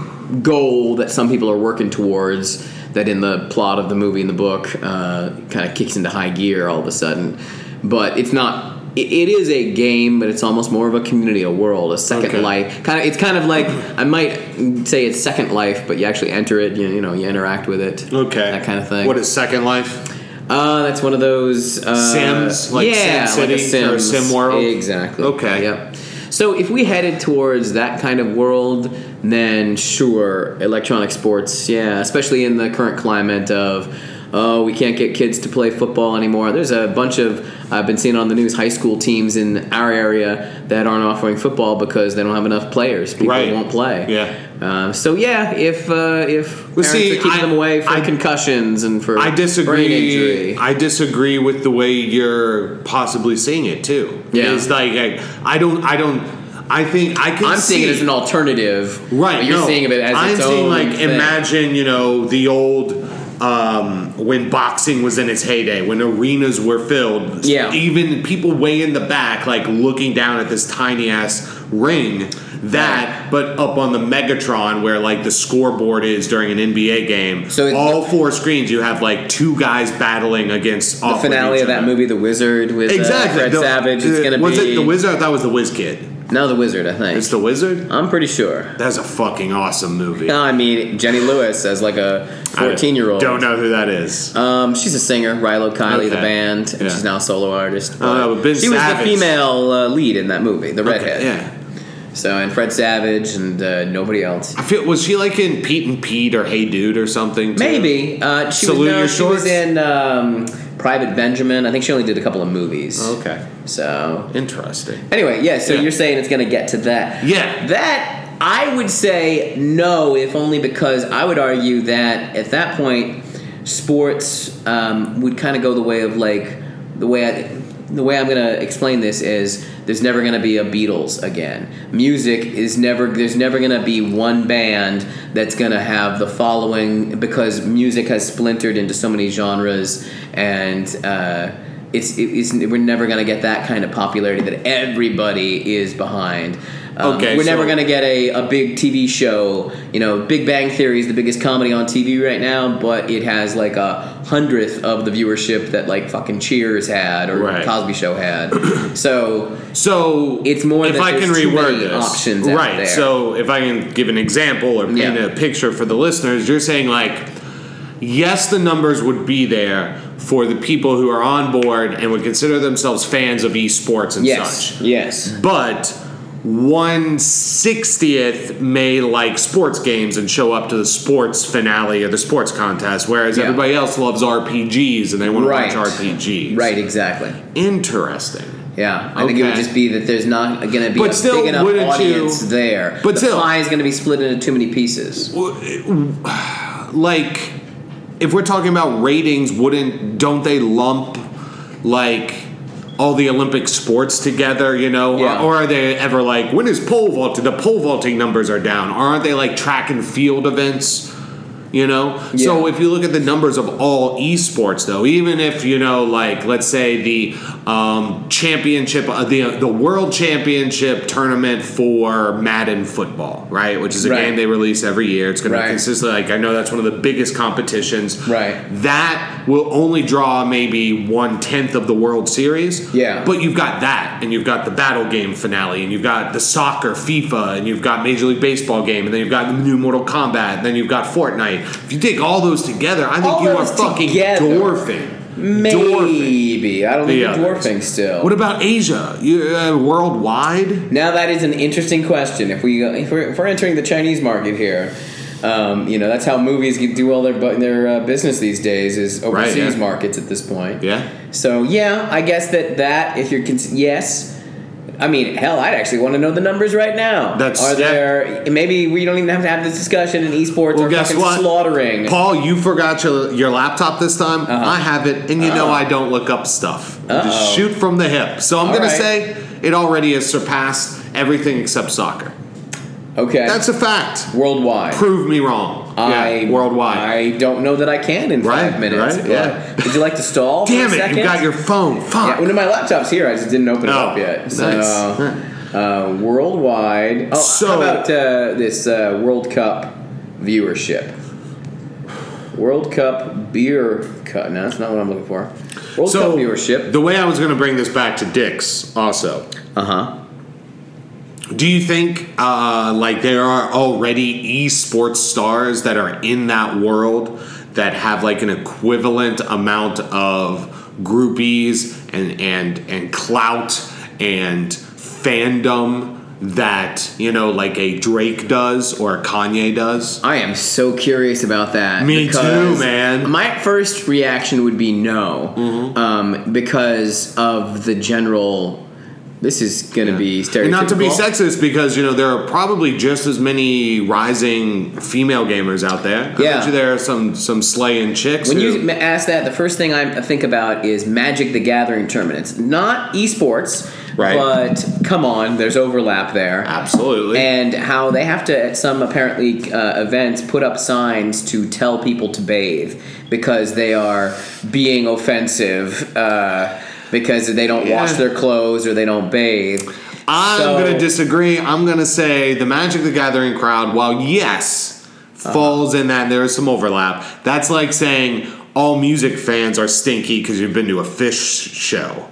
[SPEAKER 1] goal that some people are working towards that in the plot of the movie and the book uh, kind of kicks into high gear all of a sudden. But it's not. It, it is a game, but it's almost more of a community, a world, a second
[SPEAKER 2] Okay.
[SPEAKER 1] life kind of it's kind of like I might say it's Second Life, but you actually enter it. You, you know, you interact with it.
[SPEAKER 2] Okay.
[SPEAKER 1] that kind of thing.
[SPEAKER 2] What is Second Life?
[SPEAKER 1] Uh, that's one of those uh,
[SPEAKER 2] Sims? Like
[SPEAKER 1] yeah,
[SPEAKER 2] Sim
[SPEAKER 1] like a
[SPEAKER 2] City
[SPEAKER 1] Sims.
[SPEAKER 2] or Sim World?
[SPEAKER 1] Exactly.
[SPEAKER 2] Okay.
[SPEAKER 1] Yep. So if we headed towards that kind of world, then sure, electronic sports. Yeah, especially in the current climate of. Oh, we can't get kids to play football anymore. There's a bunch of I've been seeing on the news high school teams in our area that aren't offering football because they don't have enough players. People
[SPEAKER 2] Right.
[SPEAKER 1] won't play.
[SPEAKER 2] Yeah.
[SPEAKER 1] Um, so yeah, if uh, if
[SPEAKER 2] Well,
[SPEAKER 1] parents
[SPEAKER 2] see,
[SPEAKER 1] are keeping
[SPEAKER 2] I-
[SPEAKER 1] them away for
[SPEAKER 2] I-
[SPEAKER 1] concussions and for
[SPEAKER 2] I
[SPEAKER 1] brain
[SPEAKER 2] disagree.
[SPEAKER 1] injury,
[SPEAKER 2] I disagree with the way you're possibly seeing it too.
[SPEAKER 1] Yeah.
[SPEAKER 2] it's like I, I don't. I don't. I think I can.
[SPEAKER 1] I'm
[SPEAKER 2] see,
[SPEAKER 1] seeing it as an alternative.
[SPEAKER 2] right.
[SPEAKER 1] but You're
[SPEAKER 2] no.
[SPEAKER 1] seeing it as
[SPEAKER 2] I'm
[SPEAKER 1] its
[SPEAKER 2] seeing
[SPEAKER 1] own
[SPEAKER 2] like
[SPEAKER 1] thing.
[SPEAKER 2] imagine you know the old um, when boxing was in its heyday when arenas were filled.
[SPEAKER 1] Yeah.
[SPEAKER 2] even people way in the back like looking down at this tiny ass ring. That, but up on the Megatron where like the scoreboard is during an NBA game.
[SPEAKER 1] So it's-
[SPEAKER 2] all four screens, you have like two guys battling against
[SPEAKER 1] the finale of that movie, The Wizard, with
[SPEAKER 2] Exactly,
[SPEAKER 1] uh, Fred
[SPEAKER 2] The-
[SPEAKER 1] Savage.
[SPEAKER 2] uh,
[SPEAKER 1] It's gonna
[SPEAKER 2] was
[SPEAKER 1] be
[SPEAKER 2] it the Wizard? I thought it was the Wiz Kid.
[SPEAKER 1] no, The Wizard. I think
[SPEAKER 2] It's the Wizard.
[SPEAKER 1] I'm pretty sure.
[SPEAKER 2] That's a fucking awesome movie.
[SPEAKER 1] No, I mean Jenny Lewis as like a 14 year old.
[SPEAKER 2] I Don't know who that is.
[SPEAKER 1] Um, she's a singer, Rilo Kiley, the
[SPEAKER 2] Okay.
[SPEAKER 1] band, and
[SPEAKER 2] Yeah.
[SPEAKER 1] she's now a solo artist.
[SPEAKER 2] Oh, but Ben
[SPEAKER 1] she was the
[SPEAKER 2] Savage-
[SPEAKER 1] female uh, lead in that movie, the redhead.
[SPEAKER 2] yeah.
[SPEAKER 1] So and Fred Savage and uh, nobody else.
[SPEAKER 2] I feel was she like in Pete and Pete or Hey Dude or something? too?
[SPEAKER 1] Maybe uh, she
[SPEAKER 2] Salute
[SPEAKER 1] was no,
[SPEAKER 2] Your
[SPEAKER 1] she was
[SPEAKER 2] Shorts?
[SPEAKER 1] in um, Private Benjamin. I think she only did a couple of movies.
[SPEAKER 2] Okay.
[SPEAKER 1] So
[SPEAKER 2] Interesting.
[SPEAKER 1] anyway, yeah. So
[SPEAKER 2] Yeah.
[SPEAKER 1] you're saying it's going to get to that?
[SPEAKER 2] Yeah.
[SPEAKER 1] That I would say no, if only because I would argue that at that point, sports um, would kind of go the way of like the way I. The way I'm going to explain this is there's never going to be a Beatles again. Music is never there's never going to be one band that's going to have the following because music has splintered into so many genres and uh it's, it's we're never gonna get that kind of popularity that everybody is behind. Um,
[SPEAKER 2] Okay,
[SPEAKER 1] we're
[SPEAKER 2] so-
[SPEAKER 1] never gonna get a, a big TV show. You know, Big Bang Theory is the biggest comedy on TV right now, but it has like a hundredth of the viewership that like fucking Cheers had or
[SPEAKER 2] Right.
[SPEAKER 1] Cosby Show had. so
[SPEAKER 2] So
[SPEAKER 1] It's more
[SPEAKER 2] if
[SPEAKER 1] that
[SPEAKER 2] I can
[SPEAKER 1] there's too
[SPEAKER 2] reword
[SPEAKER 1] many
[SPEAKER 2] this.
[SPEAKER 1] options out
[SPEAKER 2] right?
[SPEAKER 1] there.
[SPEAKER 2] So if I can give an example or paint
[SPEAKER 1] Yeah.
[SPEAKER 2] a picture for the listeners, you're saying like, yes, the numbers would be there for the people who are on board and would consider themselves fans of esports and
[SPEAKER 1] yes,
[SPEAKER 2] such,
[SPEAKER 1] yes,
[SPEAKER 2] but. One sixtieth may like sports games and show up to the sports finale or the sports contest, whereas
[SPEAKER 1] Yeah.
[SPEAKER 2] everybody else loves RPGs and they want
[SPEAKER 1] Right.
[SPEAKER 2] to watch RPGs.
[SPEAKER 1] right, exactly.
[SPEAKER 2] Interesting.
[SPEAKER 1] Yeah, I think it would
[SPEAKER 2] Okay.
[SPEAKER 1] just be that there's not going to be
[SPEAKER 2] But
[SPEAKER 1] a
[SPEAKER 2] still,
[SPEAKER 1] big enough
[SPEAKER 2] wouldn't you-
[SPEAKER 1] audience there.
[SPEAKER 2] but
[SPEAKER 1] the
[SPEAKER 2] still-
[SPEAKER 1] pie is going to be split into too many pieces.
[SPEAKER 2] uh, like if we're talking about ratings wouldn't don't they lump like all the olympic sports together you know
[SPEAKER 1] Yeah.
[SPEAKER 2] or, or are they ever like when is pole vaulting the pole vaulting numbers are down or aren't they like track and field events you know so
[SPEAKER 1] Yeah.
[SPEAKER 2] if you look at the numbers of all esports though even if you know like let's say the um, championship uh, the the world championship tournament for madden football right which is a
[SPEAKER 1] Right.
[SPEAKER 2] game they release every year it's going to
[SPEAKER 1] Right.
[SPEAKER 2] be consistent like i know that's one of the biggest competitions
[SPEAKER 1] Right.
[SPEAKER 2] that will only draw maybe one tenth of the world series
[SPEAKER 1] Yeah.
[SPEAKER 2] but you've got that and you've got the battle game finale and you've got the soccer fifa and you've got major league baseball game and then you've got the new mortal kombat and then you've got fortnite if you take all those together i think
[SPEAKER 1] All
[SPEAKER 2] you are
[SPEAKER 1] those
[SPEAKER 2] fucking
[SPEAKER 1] together.
[SPEAKER 2] dwarfing dwarfing
[SPEAKER 1] Maybe I don't think
[SPEAKER 2] The
[SPEAKER 1] you're
[SPEAKER 2] others.
[SPEAKER 1] dwarfing still.
[SPEAKER 2] what about asia you, uh, worldwide
[SPEAKER 1] now that is an interesting question. If we if we're, if we're entering the Chinese market here, um, you know that's how movies get- do all their bu- their uh, business these days is
[SPEAKER 2] Right,
[SPEAKER 1] overseas
[SPEAKER 2] yeah.
[SPEAKER 1] markets at this point.
[SPEAKER 2] yeah
[SPEAKER 1] So yeah, I guess that that if you're cons- yes. I mean, hell, I'd actually want to know the numbers right now.
[SPEAKER 2] That's-
[SPEAKER 1] are
[SPEAKER 2] yeah.
[SPEAKER 1] there? Maybe we don't even have to have this discussion in esports
[SPEAKER 2] Well,
[SPEAKER 1] or
[SPEAKER 2] guess
[SPEAKER 1] fucking
[SPEAKER 2] what?
[SPEAKER 1] slaughtering.
[SPEAKER 2] Paul, you forgot your, your laptop this time. I have it, and you know I don't look up stuff. I
[SPEAKER 1] Uh-huh. Uh-oh.
[SPEAKER 2] Just shoot from the hip. So I'm
[SPEAKER 1] All
[SPEAKER 2] going
[SPEAKER 1] right.
[SPEAKER 2] to say it already has surpassed everything except soccer.
[SPEAKER 1] okay,
[SPEAKER 2] That's a fact.
[SPEAKER 1] worldwide.
[SPEAKER 2] Prove me wrong.
[SPEAKER 1] I
[SPEAKER 2] yeah, worldwide.
[SPEAKER 1] I don't know that I can in five
[SPEAKER 2] Right,
[SPEAKER 1] minutes.
[SPEAKER 2] right,
[SPEAKER 1] but
[SPEAKER 2] yeah.
[SPEAKER 1] Would you like to stall? for
[SPEAKER 2] Damn
[SPEAKER 1] a
[SPEAKER 2] it!
[SPEAKER 1] second?
[SPEAKER 2] You got your phone. Fuck.
[SPEAKER 1] Yeah, Ah, well, no, my laptop's here. I just didn't open it
[SPEAKER 2] Oh,
[SPEAKER 1] up yet. So,
[SPEAKER 2] nice.
[SPEAKER 1] uh, worldwide. Oh,
[SPEAKER 2] So-
[SPEAKER 1] how about uh, this uh, World Cup viewership? World Cup beer cut. No, that's not what I'm looking for. World Cup viewership.
[SPEAKER 2] the way I was going to bring this back to Dick's also.
[SPEAKER 1] Uh huh.
[SPEAKER 2] Do you think uh, like there are already esports stars that are in that world that have like an equivalent amount of groupies and and and clout and fandom that you know, like a Drake does or a Kanye does.
[SPEAKER 1] I am so curious about that.
[SPEAKER 2] Me
[SPEAKER 1] because
[SPEAKER 2] too, man. Mm-hmm.
[SPEAKER 1] My first reaction would be no, um, because of the general. This is going to be stereotypical.
[SPEAKER 2] And not to be sexist, because you know there are probably just as many rising female gamers out there. I
[SPEAKER 1] Yeah.
[SPEAKER 2] bet you there are some some slaying chicks.
[SPEAKER 1] When
[SPEAKER 2] who-
[SPEAKER 1] you ma- ask that, the first thing I think about is Magic the Gathering tournaments, not esports.
[SPEAKER 2] Right.
[SPEAKER 1] But come on, there's overlap there.
[SPEAKER 2] absolutely,
[SPEAKER 1] And how they have to, at some apparently uh, events, put up signs to tell people to bathe because they are being offensive uh, because they don't wash
[SPEAKER 2] Yeah.
[SPEAKER 1] their clothes or they don't bathe.
[SPEAKER 2] I'm
[SPEAKER 1] So-
[SPEAKER 2] going to disagree. I'm going to say the Magic the Gathering crowd, while yes, falls in that and there is some overlap, that's like saying all music fans are stinky because you've been to a fish show.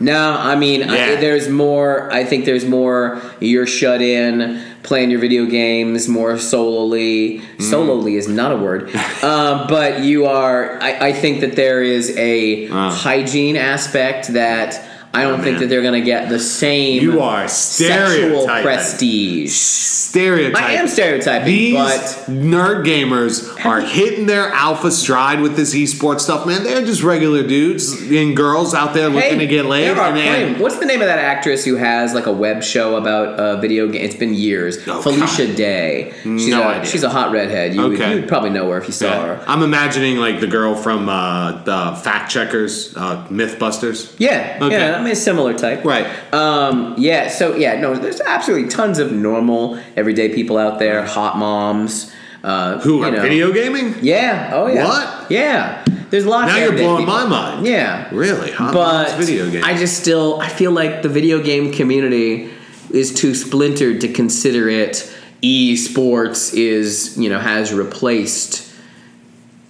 [SPEAKER 1] No, I mean, I,
[SPEAKER 2] Yeah.
[SPEAKER 1] there's more. I think there's more. You're shut in, playing your video games more solely. Solely is not a word, uh, but you are. I, I think that there is a hygiene aspect that I don't think
[SPEAKER 2] Oh, man.
[SPEAKER 1] that they're going to get the same.
[SPEAKER 2] You are
[SPEAKER 1] sexual
[SPEAKER 2] stereotyping.
[SPEAKER 1] prestige.
[SPEAKER 2] Stereotype.
[SPEAKER 1] I am stereotyping,
[SPEAKER 2] These
[SPEAKER 1] but
[SPEAKER 2] nerd gamers are hitting their alpha stride with this esports stuff, man. They're just regular dudes and girls out there looking to get laid.
[SPEAKER 1] there are
[SPEAKER 2] and they-
[SPEAKER 1] plenty- What's the name of that actress who has like a web show about uh, video game? It's been years.
[SPEAKER 2] Oh,
[SPEAKER 1] Felicia Day. She's
[SPEAKER 2] No
[SPEAKER 1] a,
[SPEAKER 2] idea.
[SPEAKER 1] She's a hot redhead. You, would,
[SPEAKER 2] Okay.
[SPEAKER 1] you would probably know her if you saw her.
[SPEAKER 2] I'm imagining like the girl from uh, the fact checkers, uh, Mythbusters.
[SPEAKER 1] Yeah,
[SPEAKER 2] Okay.
[SPEAKER 1] yeah. I mean, a similar type,
[SPEAKER 2] Right.
[SPEAKER 1] Um, yeah. So yeah, no. There's absolutely tons of normal, everyday people out there. Hot moms. Uh,
[SPEAKER 2] Who
[SPEAKER 1] you
[SPEAKER 2] are
[SPEAKER 1] know.
[SPEAKER 2] video gaming?
[SPEAKER 1] Yeah. Oh yeah.
[SPEAKER 2] What?
[SPEAKER 1] Yeah. There's lots.
[SPEAKER 2] Now
[SPEAKER 1] of
[SPEAKER 2] you're
[SPEAKER 1] everyday
[SPEAKER 2] blowing
[SPEAKER 1] people.
[SPEAKER 2] my mind.
[SPEAKER 1] Yeah.
[SPEAKER 2] Really? Hot
[SPEAKER 1] but
[SPEAKER 2] Moms video game.
[SPEAKER 1] I just still I feel like the video game community is too splintered to consider it. Esports is you know has replaced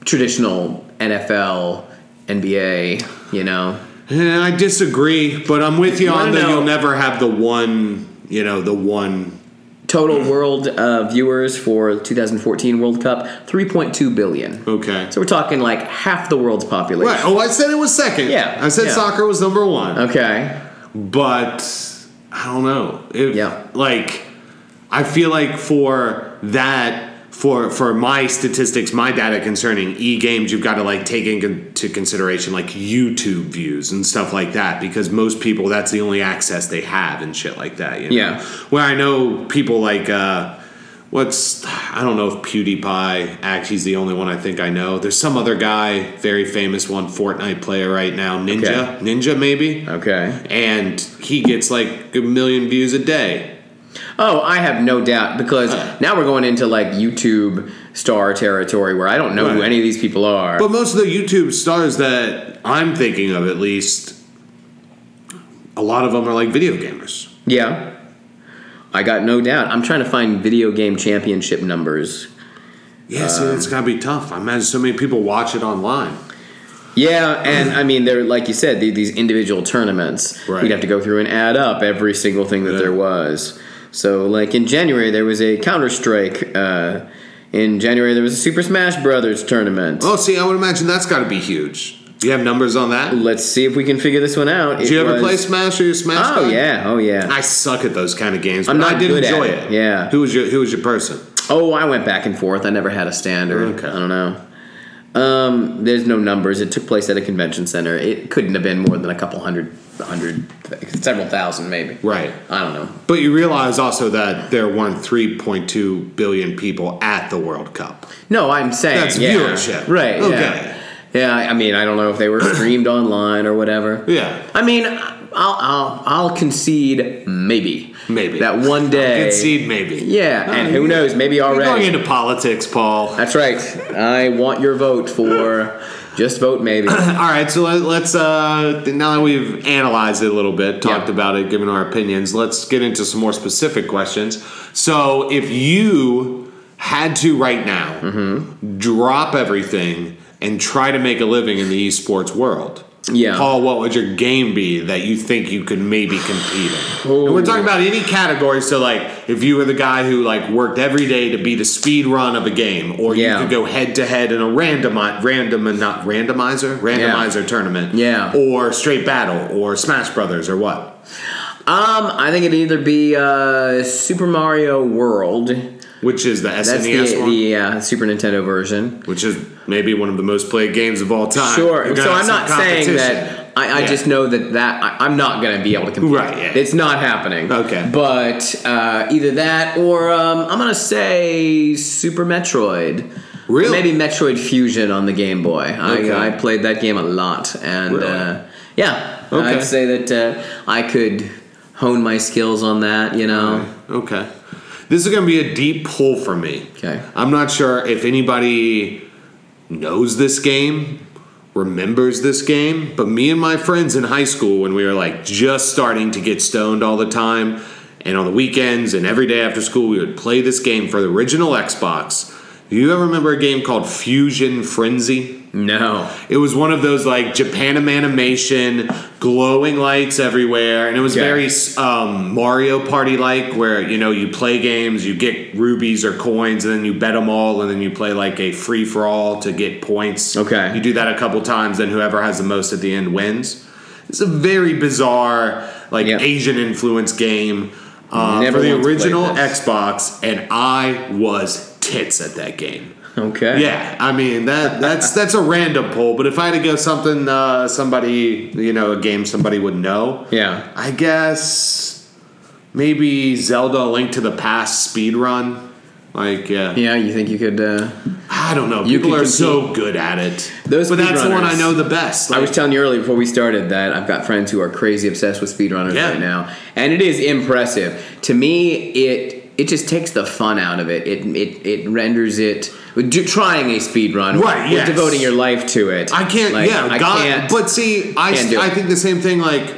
[SPEAKER 1] traditional NFL, NBA. You know,
[SPEAKER 2] Eh, I disagree, but I'm with you
[SPEAKER 1] No,
[SPEAKER 2] on
[SPEAKER 1] no,
[SPEAKER 2] the
[SPEAKER 1] no.
[SPEAKER 2] you'll never have the one, you know, the one.
[SPEAKER 1] total world uh, viewers for 2014 World Cup 3.2 billion.
[SPEAKER 2] Okay.
[SPEAKER 1] So we're talking like half the world's population.
[SPEAKER 2] Right. Oh, I said it was second.
[SPEAKER 1] Yeah,
[SPEAKER 2] I said
[SPEAKER 1] yeah.
[SPEAKER 2] soccer was number one.
[SPEAKER 1] Okay.
[SPEAKER 2] But I don't know. If,
[SPEAKER 1] Yeah.
[SPEAKER 2] Like, I feel like for that. For, for my statistics, my data concerning e games, you've got to like take into consideration like YouTube views and stuff like that because most people that's the only access they have and shit like that. You know?
[SPEAKER 1] Yeah.
[SPEAKER 2] Where I know people like uh, what's I don't know if PewDiePie actually he's the only one I think I know. There's some other guy, very famous one, Fortnite player right now, Ninja, Ninja maybe,
[SPEAKER 1] Okay.
[SPEAKER 2] and he gets like a million views a day.
[SPEAKER 1] Oh, I have no doubt because
[SPEAKER 2] Uh.
[SPEAKER 1] now we're going into like YouTube star territory where I don't know who
[SPEAKER 2] Right.
[SPEAKER 1] any of these people are.
[SPEAKER 2] But most of the YouTube stars that I'm thinking of, at least, a lot of them are like video gamers.
[SPEAKER 1] yeah. I got no doubt. I'm trying to find video game championship numbers.
[SPEAKER 2] Yeah, so
[SPEAKER 1] Um.
[SPEAKER 2] it's gotta be tough. I imagine so many people watch it online.
[SPEAKER 1] Yeah, and I mean, they're like you said, the- these individual tournaments.
[SPEAKER 2] Right.
[SPEAKER 1] We'd have to go through and add up every single thing that
[SPEAKER 2] Yeah.
[SPEAKER 1] there was. So, like in January, there was a Counter Strike. Uh, in January, there was a Super Smash Brothers tournament.
[SPEAKER 2] Oh, see, I would imagine that's gotta be huge. Do you have numbers on that?
[SPEAKER 1] Let's see if we can figure this one out.
[SPEAKER 2] Did you ever play Smash or your Smash?
[SPEAKER 1] Oh
[SPEAKER 2] guy?
[SPEAKER 1] yeah, oh yeah.
[SPEAKER 2] I suck at those kind of games.
[SPEAKER 1] I'm
[SPEAKER 2] but
[SPEAKER 1] not
[SPEAKER 2] I did
[SPEAKER 1] good at
[SPEAKER 2] enjoy
[SPEAKER 1] it,
[SPEAKER 2] it.
[SPEAKER 1] yeah.
[SPEAKER 2] Who was your Who was your person?
[SPEAKER 1] Oh, I went back and forth. I never had a standard.
[SPEAKER 2] Okay.
[SPEAKER 1] I don't know. Um, there's no numbers. It took place at a convention center. It couldn't have been more than a couple hundred, a hundred, several thousand, maybe.
[SPEAKER 2] Right.
[SPEAKER 1] I don't know.
[SPEAKER 2] But you realize also that there weren't 3.2 billion people at the World Cup.
[SPEAKER 1] No, I'm saying
[SPEAKER 2] That's
[SPEAKER 1] yeah.
[SPEAKER 2] viewership.
[SPEAKER 1] Right.
[SPEAKER 2] Okay.
[SPEAKER 1] Yeah. yeah. I mean, I don't know if they were streamed online or whatever.
[SPEAKER 2] Yeah.
[SPEAKER 1] I mean, I'll I'll, I'll concede maybe
[SPEAKER 2] Maybe.
[SPEAKER 1] that one day.
[SPEAKER 2] Concede maybe.
[SPEAKER 1] Yeah,
[SPEAKER 2] No,
[SPEAKER 1] and
[SPEAKER 2] you-
[SPEAKER 1] who knows? Maybe
[SPEAKER 2] You're
[SPEAKER 1] already.
[SPEAKER 2] going into politics, Paul.
[SPEAKER 1] That's right. I want your vote for just vote maybe.
[SPEAKER 2] All right, so let, let's uh, now that we've analyzed it a little bit, talked
[SPEAKER 1] Yeah.
[SPEAKER 2] about it, given our opinions, let's get into some more specific questions. So, if you had to right now
[SPEAKER 1] Mm-hmm.
[SPEAKER 2] drop everything and try to make a living in the esports world,
[SPEAKER 1] Yeah.
[SPEAKER 2] Paul, what would your game be that you think you could maybe compete in? And we're talking about any category. So, like, if you were the guy who like worked every day to beat a speed run of a game, or
[SPEAKER 1] Yeah.
[SPEAKER 2] you could go head to head in a random, random and not randomizer, randomizer tournament,
[SPEAKER 1] Yeah.
[SPEAKER 2] or straight battle, or Smash Brothers, or what?
[SPEAKER 1] Um, I think it'd either be uh, Super Mario World.
[SPEAKER 2] Which is the
[SPEAKER 1] That's
[SPEAKER 2] SNES
[SPEAKER 1] the,
[SPEAKER 2] one,
[SPEAKER 1] the uh, Super Nintendo version.
[SPEAKER 2] which is maybe one of the most played games of all time. You're
[SPEAKER 1] Sure.
[SPEAKER 2] gonna
[SPEAKER 1] So
[SPEAKER 2] have
[SPEAKER 1] I'm
[SPEAKER 2] some
[SPEAKER 1] not saying
[SPEAKER 2] competition.
[SPEAKER 1] that. I, I
[SPEAKER 2] Yeah.
[SPEAKER 1] just know that that I, I'm not going to be able to compete.
[SPEAKER 2] Right, yeah.
[SPEAKER 1] It's not happening.
[SPEAKER 2] Okay.
[SPEAKER 1] But uh, either that or um, I'm going to say Super Metroid.
[SPEAKER 2] Really?
[SPEAKER 1] Maybe Metroid Fusion on the Game Boy.
[SPEAKER 2] Okay.
[SPEAKER 1] I, I played that game a lot, and
[SPEAKER 2] Really?
[SPEAKER 1] uh, yeah,
[SPEAKER 2] Okay.
[SPEAKER 1] I'd say that uh, I could hone my skills on that. You know.
[SPEAKER 2] Okay. This is going to be a deep pull for me.
[SPEAKER 1] Okay.
[SPEAKER 2] I'm not sure if anybody knows this game, remembers this game, but me and my friends in high school, when we were like just starting to get stoned all the time, and on the weekends and every day after school, we would play this game for the original Xbox. Do you ever remember a game called Fusion Frenzy?
[SPEAKER 1] No.
[SPEAKER 2] It was one of those like Japanum animation, glowing lights everywhere, and it was
[SPEAKER 1] Okay.
[SPEAKER 2] very um, Mario Party like, where you know you play games, you get rubies or coins, and then you bet them all, and then you play like a free for all to get points.
[SPEAKER 1] Okay.
[SPEAKER 2] you do that a couple times, then whoever has the most at the end wins. It's a very bizarre, like
[SPEAKER 1] Yeah.
[SPEAKER 2] Asian influence game uh,
[SPEAKER 1] Never
[SPEAKER 2] for the
[SPEAKER 1] once played
[SPEAKER 2] original
[SPEAKER 1] this.
[SPEAKER 2] Xbox, and I was tits at that game.
[SPEAKER 1] Okay.
[SPEAKER 2] Yeah, I mean that that's that's a random poll, but if I had to go something uh, somebody you know a game somebody would know,
[SPEAKER 1] Yeah.
[SPEAKER 2] I guess maybe Zelda: A Link to the Past speed run. Like yeah,
[SPEAKER 1] Yeah. You think you could? Uh,
[SPEAKER 2] I don't know.
[SPEAKER 1] You
[SPEAKER 2] People
[SPEAKER 1] could
[SPEAKER 2] are so good at it.
[SPEAKER 1] Those
[SPEAKER 2] but that's the one I
[SPEAKER 1] speedrunners.
[SPEAKER 2] know the best.
[SPEAKER 1] I was
[SPEAKER 2] Like,
[SPEAKER 1] telling you earlier before we started that I've got friends who are crazy obsessed with speedrunners
[SPEAKER 2] Yeah.
[SPEAKER 1] right now, and it is impressive. To me, it it just takes the fun out of it. It it, it renders it do, trying a speedrun,
[SPEAKER 2] Right,
[SPEAKER 1] or
[SPEAKER 2] yes.
[SPEAKER 1] devoting your life to it.
[SPEAKER 2] I can't.
[SPEAKER 1] Like,
[SPEAKER 2] yeah,
[SPEAKER 1] I
[SPEAKER 2] God.
[SPEAKER 1] can't.
[SPEAKER 2] but see, I
[SPEAKER 1] can't do
[SPEAKER 2] I
[SPEAKER 1] it.
[SPEAKER 2] think the same thing. Like,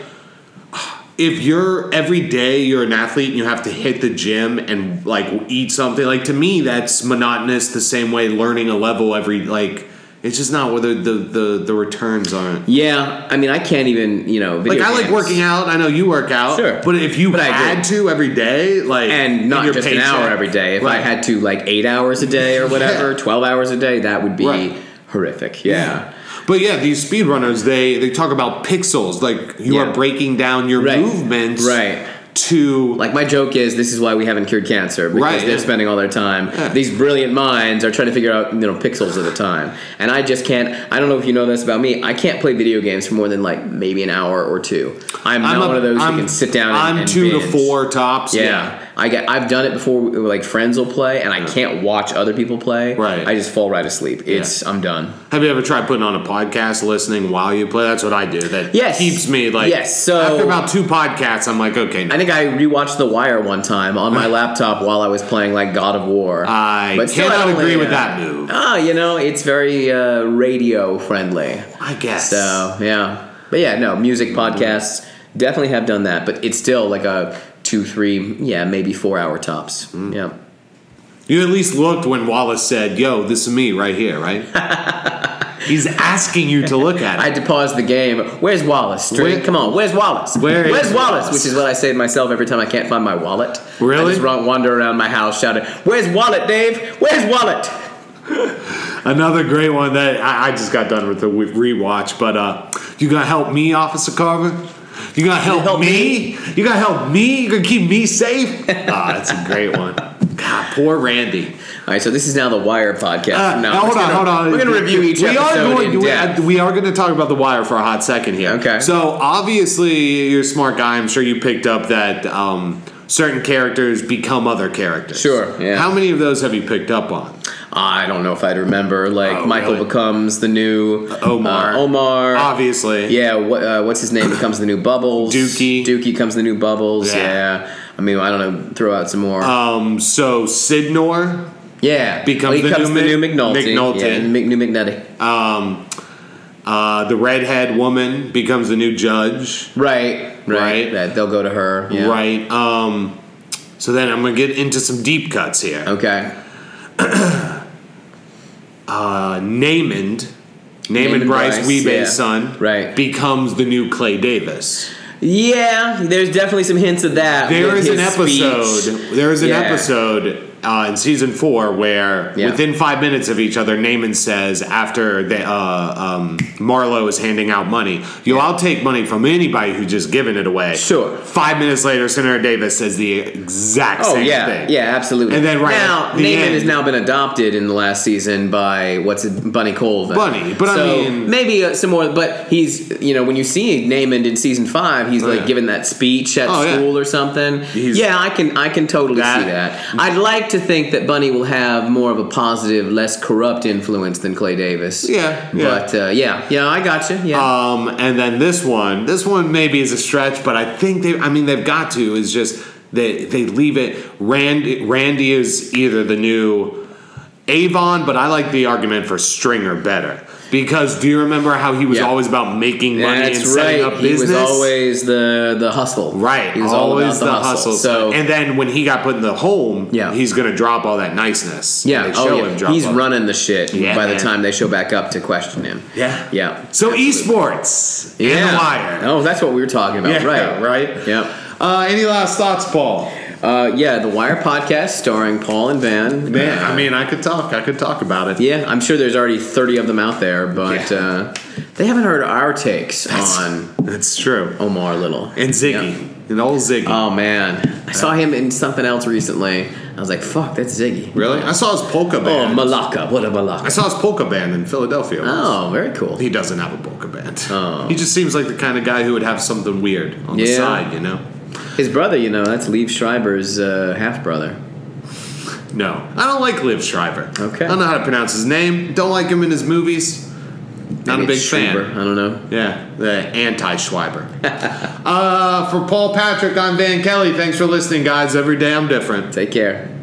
[SPEAKER 2] if you're every day you're an athlete and you have to hit the gym and like eat something, like to me that's monotonous. The same way learning a level every like, it's just not whether the the the returns aren't.
[SPEAKER 1] yeah, I mean, I can't even you know.
[SPEAKER 2] Like
[SPEAKER 1] Video
[SPEAKER 2] I like
[SPEAKER 1] games.
[SPEAKER 2] working out. I know you work out.
[SPEAKER 1] Sure.
[SPEAKER 2] But if you
[SPEAKER 1] But I
[SPEAKER 2] had to every day, like
[SPEAKER 1] and not
[SPEAKER 2] your
[SPEAKER 1] just an hour
[SPEAKER 2] paycheck-
[SPEAKER 1] every day. If I
[SPEAKER 2] Right.
[SPEAKER 1] had to like eight hours a day or whatever,
[SPEAKER 2] Yeah.
[SPEAKER 1] twelve hours a day, that would be
[SPEAKER 2] Right.
[SPEAKER 1] horrific. Yeah.
[SPEAKER 2] But yeah, these speedrunners, they they talk about pixels. Like you
[SPEAKER 1] Yeah.
[SPEAKER 2] are breaking down your
[SPEAKER 1] Right.
[SPEAKER 2] movements
[SPEAKER 1] Right.
[SPEAKER 2] to
[SPEAKER 1] Like my joke is, this is why we haven't cured cancer because
[SPEAKER 2] Right,
[SPEAKER 1] they're
[SPEAKER 2] yeah.
[SPEAKER 1] spending all their time.
[SPEAKER 2] Yeah.
[SPEAKER 1] These brilliant minds are trying to figure out you know pixels at a time, and I just can't. I don't know if you know this about me. I can't play video games for more than like maybe an hour or two. I'm,
[SPEAKER 2] I'm
[SPEAKER 1] not
[SPEAKER 2] a-
[SPEAKER 1] one of those
[SPEAKER 2] I'm-
[SPEAKER 1] who can sit down. And,
[SPEAKER 2] I'm
[SPEAKER 1] and
[SPEAKER 2] two to
[SPEAKER 1] binge.
[SPEAKER 2] four tops.
[SPEAKER 1] Yeah. I get, I've done it before. Like friends will play, and I can't watch other people play.
[SPEAKER 2] Right.
[SPEAKER 1] I just fall right asleep. It's I'm done.
[SPEAKER 2] Have you ever tried putting on a podcast, listening while you play? That's what I do. That
[SPEAKER 1] Yes.
[SPEAKER 2] keeps me like.
[SPEAKER 1] Yes, so-
[SPEAKER 2] after about two podcasts, I'm like, okay,
[SPEAKER 1] I think I rewatched The Wire one time on my laptop while I was playing like God of War.
[SPEAKER 2] I
[SPEAKER 1] still,
[SPEAKER 2] cannot
[SPEAKER 1] don't
[SPEAKER 2] agree
[SPEAKER 1] really,
[SPEAKER 2] with
[SPEAKER 1] uh,
[SPEAKER 2] that move.
[SPEAKER 1] Ah, you know, it's very uh, radio friendly.
[SPEAKER 2] I guess.
[SPEAKER 1] So yeah, but yeah, no music podcasts definitely have done that, but it's still like a two, three, yeah, maybe four hour tops.
[SPEAKER 2] Mm.
[SPEAKER 1] Yeah.
[SPEAKER 2] You at least looked when Wallace said, "Yo, this is me right here," right? He's asking you to look
[SPEAKER 1] I
[SPEAKER 2] at it.
[SPEAKER 1] had to pause the game. Where's Wallace?
[SPEAKER 2] Where-
[SPEAKER 1] Where, Come on, where's Wallace?
[SPEAKER 2] Where is
[SPEAKER 1] where's Wallace?
[SPEAKER 2] Wallace?
[SPEAKER 1] Which is what I say to myself every time I can't find my wallet.
[SPEAKER 2] Really?
[SPEAKER 1] I just run- wander around my house shouting, "Where's Wallet, Dave? Where's Wallet?"
[SPEAKER 2] Another great one that I, I just got done with the w- rewatch. But uh, you gotta help me, Officer Carver. You gotta help,
[SPEAKER 1] help
[SPEAKER 2] me? You gotta help me. You gonna keep me safe. ah, that's a great one. God, poor Randy.
[SPEAKER 1] All right, so this is now the Wire podcast.
[SPEAKER 2] Uh,
[SPEAKER 1] No,
[SPEAKER 2] now,
[SPEAKER 1] I'm just
[SPEAKER 2] hold on,
[SPEAKER 1] gonna-
[SPEAKER 2] hold on.
[SPEAKER 1] We're going to review each
[SPEAKER 2] we
[SPEAKER 1] episode
[SPEAKER 2] Are going,
[SPEAKER 1] in
[SPEAKER 2] we,
[SPEAKER 1] depth.
[SPEAKER 2] we are going to talk about The Wire for a hot second here.
[SPEAKER 1] Okay.
[SPEAKER 2] So, obviously, you're a smart guy. I'm sure you picked up that um, certain characters become other characters.
[SPEAKER 1] Sure, yeah.
[SPEAKER 2] How many of those have you picked up on?
[SPEAKER 1] I don't know if I'd remember. Like
[SPEAKER 2] Oh,
[SPEAKER 1] Michael
[SPEAKER 2] really?
[SPEAKER 1] becomes the new
[SPEAKER 2] Omar. Ah.
[SPEAKER 1] uh, Omar.
[SPEAKER 2] Obviously.
[SPEAKER 1] Yeah. What, uh, what's his name? Becomes the new Bubbles.
[SPEAKER 2] Dookie.
[SPEAKER 1] Dookie becomes the new Bubbles.
[SPEAKER 2] Yeah.
[SPEAKER 1] Yeah. I mean, I don't know. Throw out some more.
[SPEAKER 2] Um, so, Sidnor.
[SPEAKER 1] yeah.
[SPEAKER 2] becomes
[SPEAKER 1] Well, he
[SPEAKER 2] the
[SPEAKER 1] becomes
[SPEAKER 2] new
[SPEAKER 1] the
[SPEAKER 2] Mc-
[SPEAKER 1] new McNulty.
[SPEAKER 2] McNulty.
[SPEAKER 1] Yeah, Mc- new McNulty.
[SPEAKER 2] Um, uh, the redhead woman becomes the new judge.
[SPEAKER 1] right. Right.
[SPEAKER 2] Right.
[SPEAKER 1] That they'll go to her. Yeah.
[SPEAKER 2] Right. Um, so, then I'm going to get into some deep cuts here.
[SPEAKER 1] Okay.
[SPEAKER 2] uh, Namond, Namond,
[SPEAKER 1] Namond
[SPEAKER 2] Bryce,
[SPEAKER 1] Bryce,
[SPEAKER 2] Weebay's
[SPEAKER 1] yeah.
[SPEAKER 2] son,
[SPEAKER 1] Right.
[SPEAKER 2] becomes the new Clay Davis.
[SPEAKER 1] Yeah. There's definitely some hints of that.
[SPEAKER 2] There
[SPEAKER 1] with
[SPEAKER 2] is an
[SPEAKER 1] his speech.
[SPEAKER 2] episode. There is an
[SPEAKER 1] Yeah.
[SPEAKER 2] episode uh, in season four where
[SPEAKER 1] Yeah.
[SPEAKER 2] within five minutes of each other, Naaman says after they, uh, um, Marlo is handing out money, "Yo, I'll take money from anybody who's just giving it away."
[SPEAKER 1] Sure.
[SPEAKER 2] Five minutes later, Senator Davis says the exact
[SPEAKER 1] Oh
[SPEAKER 2] same
[SPEAKER 1] yeah,
[SPEAKER 2] thing.
[SPEAKER 1] yeah, absolutely.
[SPEAKER 2] And then right
[SPEAKER 1] now,
[SPEAKER 2] at the
[SPEAKER 1] Naaman
[SPEAKER 2] end-
[SPEAKER 1] has now been adopted in the last season by what's it, Bunny Colvin.
[SPEAKER 2] Bunny, but I
[SPEAKER 1] So,
[SPEAKER 2] mean-
[SPEAKER 1] maybe uh, some more. But he's you know when you see Naaman in season five, he's like
[SPEAKER 2] yeah.
[SPEAKER 1] giving that speech at
[SPEAKER 2] Oh, yeah.
[SPEAKER 1] school or something.
[SPEAKER 2] He's-
[SPEAKER 1] yeah, I can I can totally
[SPEAKER 2] That-
[SPEAKER 1] see that. I'd like to think that Bunny will have more of a positive, less corrupt influence than Clay Davis.
[SPEAKER 2] Yeah, yeah.
[SPEAKER 1] but uh, yeah, yeah, I got you. Yeah,
[SPEAKER 2] Um, and then this one, this one maybe is a stretch, but I think they, I mean, they've got to. Is just they they leave it. Randy Randy is either the new Avon, but I like the argument for Stringer better because do you remember how he was
[SPEAKER 1] Yeah.
[SPEAKER 2] always about making money
[SPEAKER 1] That's
[SPEAKER 2] and setting
[SPEAKER 1] right.
[SPEAKER 2] up
[SPEAKER 1] He
[SPEAKER 2] business?
[SPEAKER 1] was always the the hustle.
[SPEAKER 2] Right,
[SPEAKER 1] He was
[SPEAKER 2] always
[SPEAKER 1] all about the, hustle. So
[SPEAKER 2] and then when he got put in the home,
[SPEAKER 1] Yeah.
[SPEAKER 2] he's gonna drop all that niceness.
[SPEAKER 1] Yeah.
[SPEAKER 2] They
[SPEAKER 1] Oh,
[SPEAKER 2] show
[SPEAKER 1] yeah.
[SPEAKER 2] him drop
[SPEAKER 1] He's
[SPEAKER 2] all that-
[SPEAKER 1] running the shit
[SPEAKER 2] Yeah,
[SPEAKER 1] by the
[SPEAKER 2] man.
[SPEAKER 1] time they show back up to question him.
[SPEAKER 2] Yeah.
[SPEAKER 1] Yeah.
[SPEAKER 2] So
[SPEAKER 1] Absolutely.
[SPEAKER 2] esports
[SPEAKER 1] Yeah.
[SPEAKER 2] and the wire.
[SPEAKER 1] Oh, that's what we were talking about. right.
[SPEAKER 2] right.
[SPEAKER 1] Yeah.
[SPEAKER 2] Uh, any last thoughts, Paul?
[SPEAKER 1] Uh, yeah. The Wire podcast starring Paul and Van.
[SPEAKER 2] Man,
[SPEAKER 1] Uh,
[SPEAKER 2] I mean, I could talk. I could talk about it.
[SPEAKER 1] Yeah, I'm sure there's already 30 of them out there, but
[SPEAKER 2] Yeah.
[SPEAKER 1] uh, they haven't heard our takes on
[SPEAKER 2] That's true.
[SPEAKER 1] Omar Little
[SPEAKER 2] And Ziggy,
[SPEAKER 1] Yeah.
[SPEAKER 2] and old Ziggy.
[SPEAKER 1] Oh man, I saw him in something else recently. I was like, "Fuck, that's Ziggy."
[SPEAKER 2] really? I saw his polka
[SPEAKER 1] Oh,
[SPEAKER 2] band.
[SPEAKER 1] Malaka, what a Malaka!
[SPEAKER 2] I saw his polka band in Philadelphia. once.
[SPEAKER 1] Oh, very cool.
[SPEAKER 2] He doesn't have a polka band.
[SPEAKER 1] Oh.
[SPEAKER 2] He just seems like the kind of guy who would have something weird on the
[SPEAKER 1] Yeah.
[SPEAKER 2] side, you know?
[SPEAKER 1] His brother, you know, that's Liev Schreiber's uh, half brother.
[SPEAKER 2] No, I don't like Liv Schreiber.
[SPEAKER 1] Okay.
[SPEAKER 2] I don't know how to pronounce his name. Don't like him in his movies. Not a big fan.
[SPEAKER 1] I don't know.
[SPEAKER 2] Yeah, the anti Schreiber. uh, for Paul Patrick, I'm Van Kelly. Thanks for listening, guys. Every day I'm different.
[SPEAKER 1] Take care.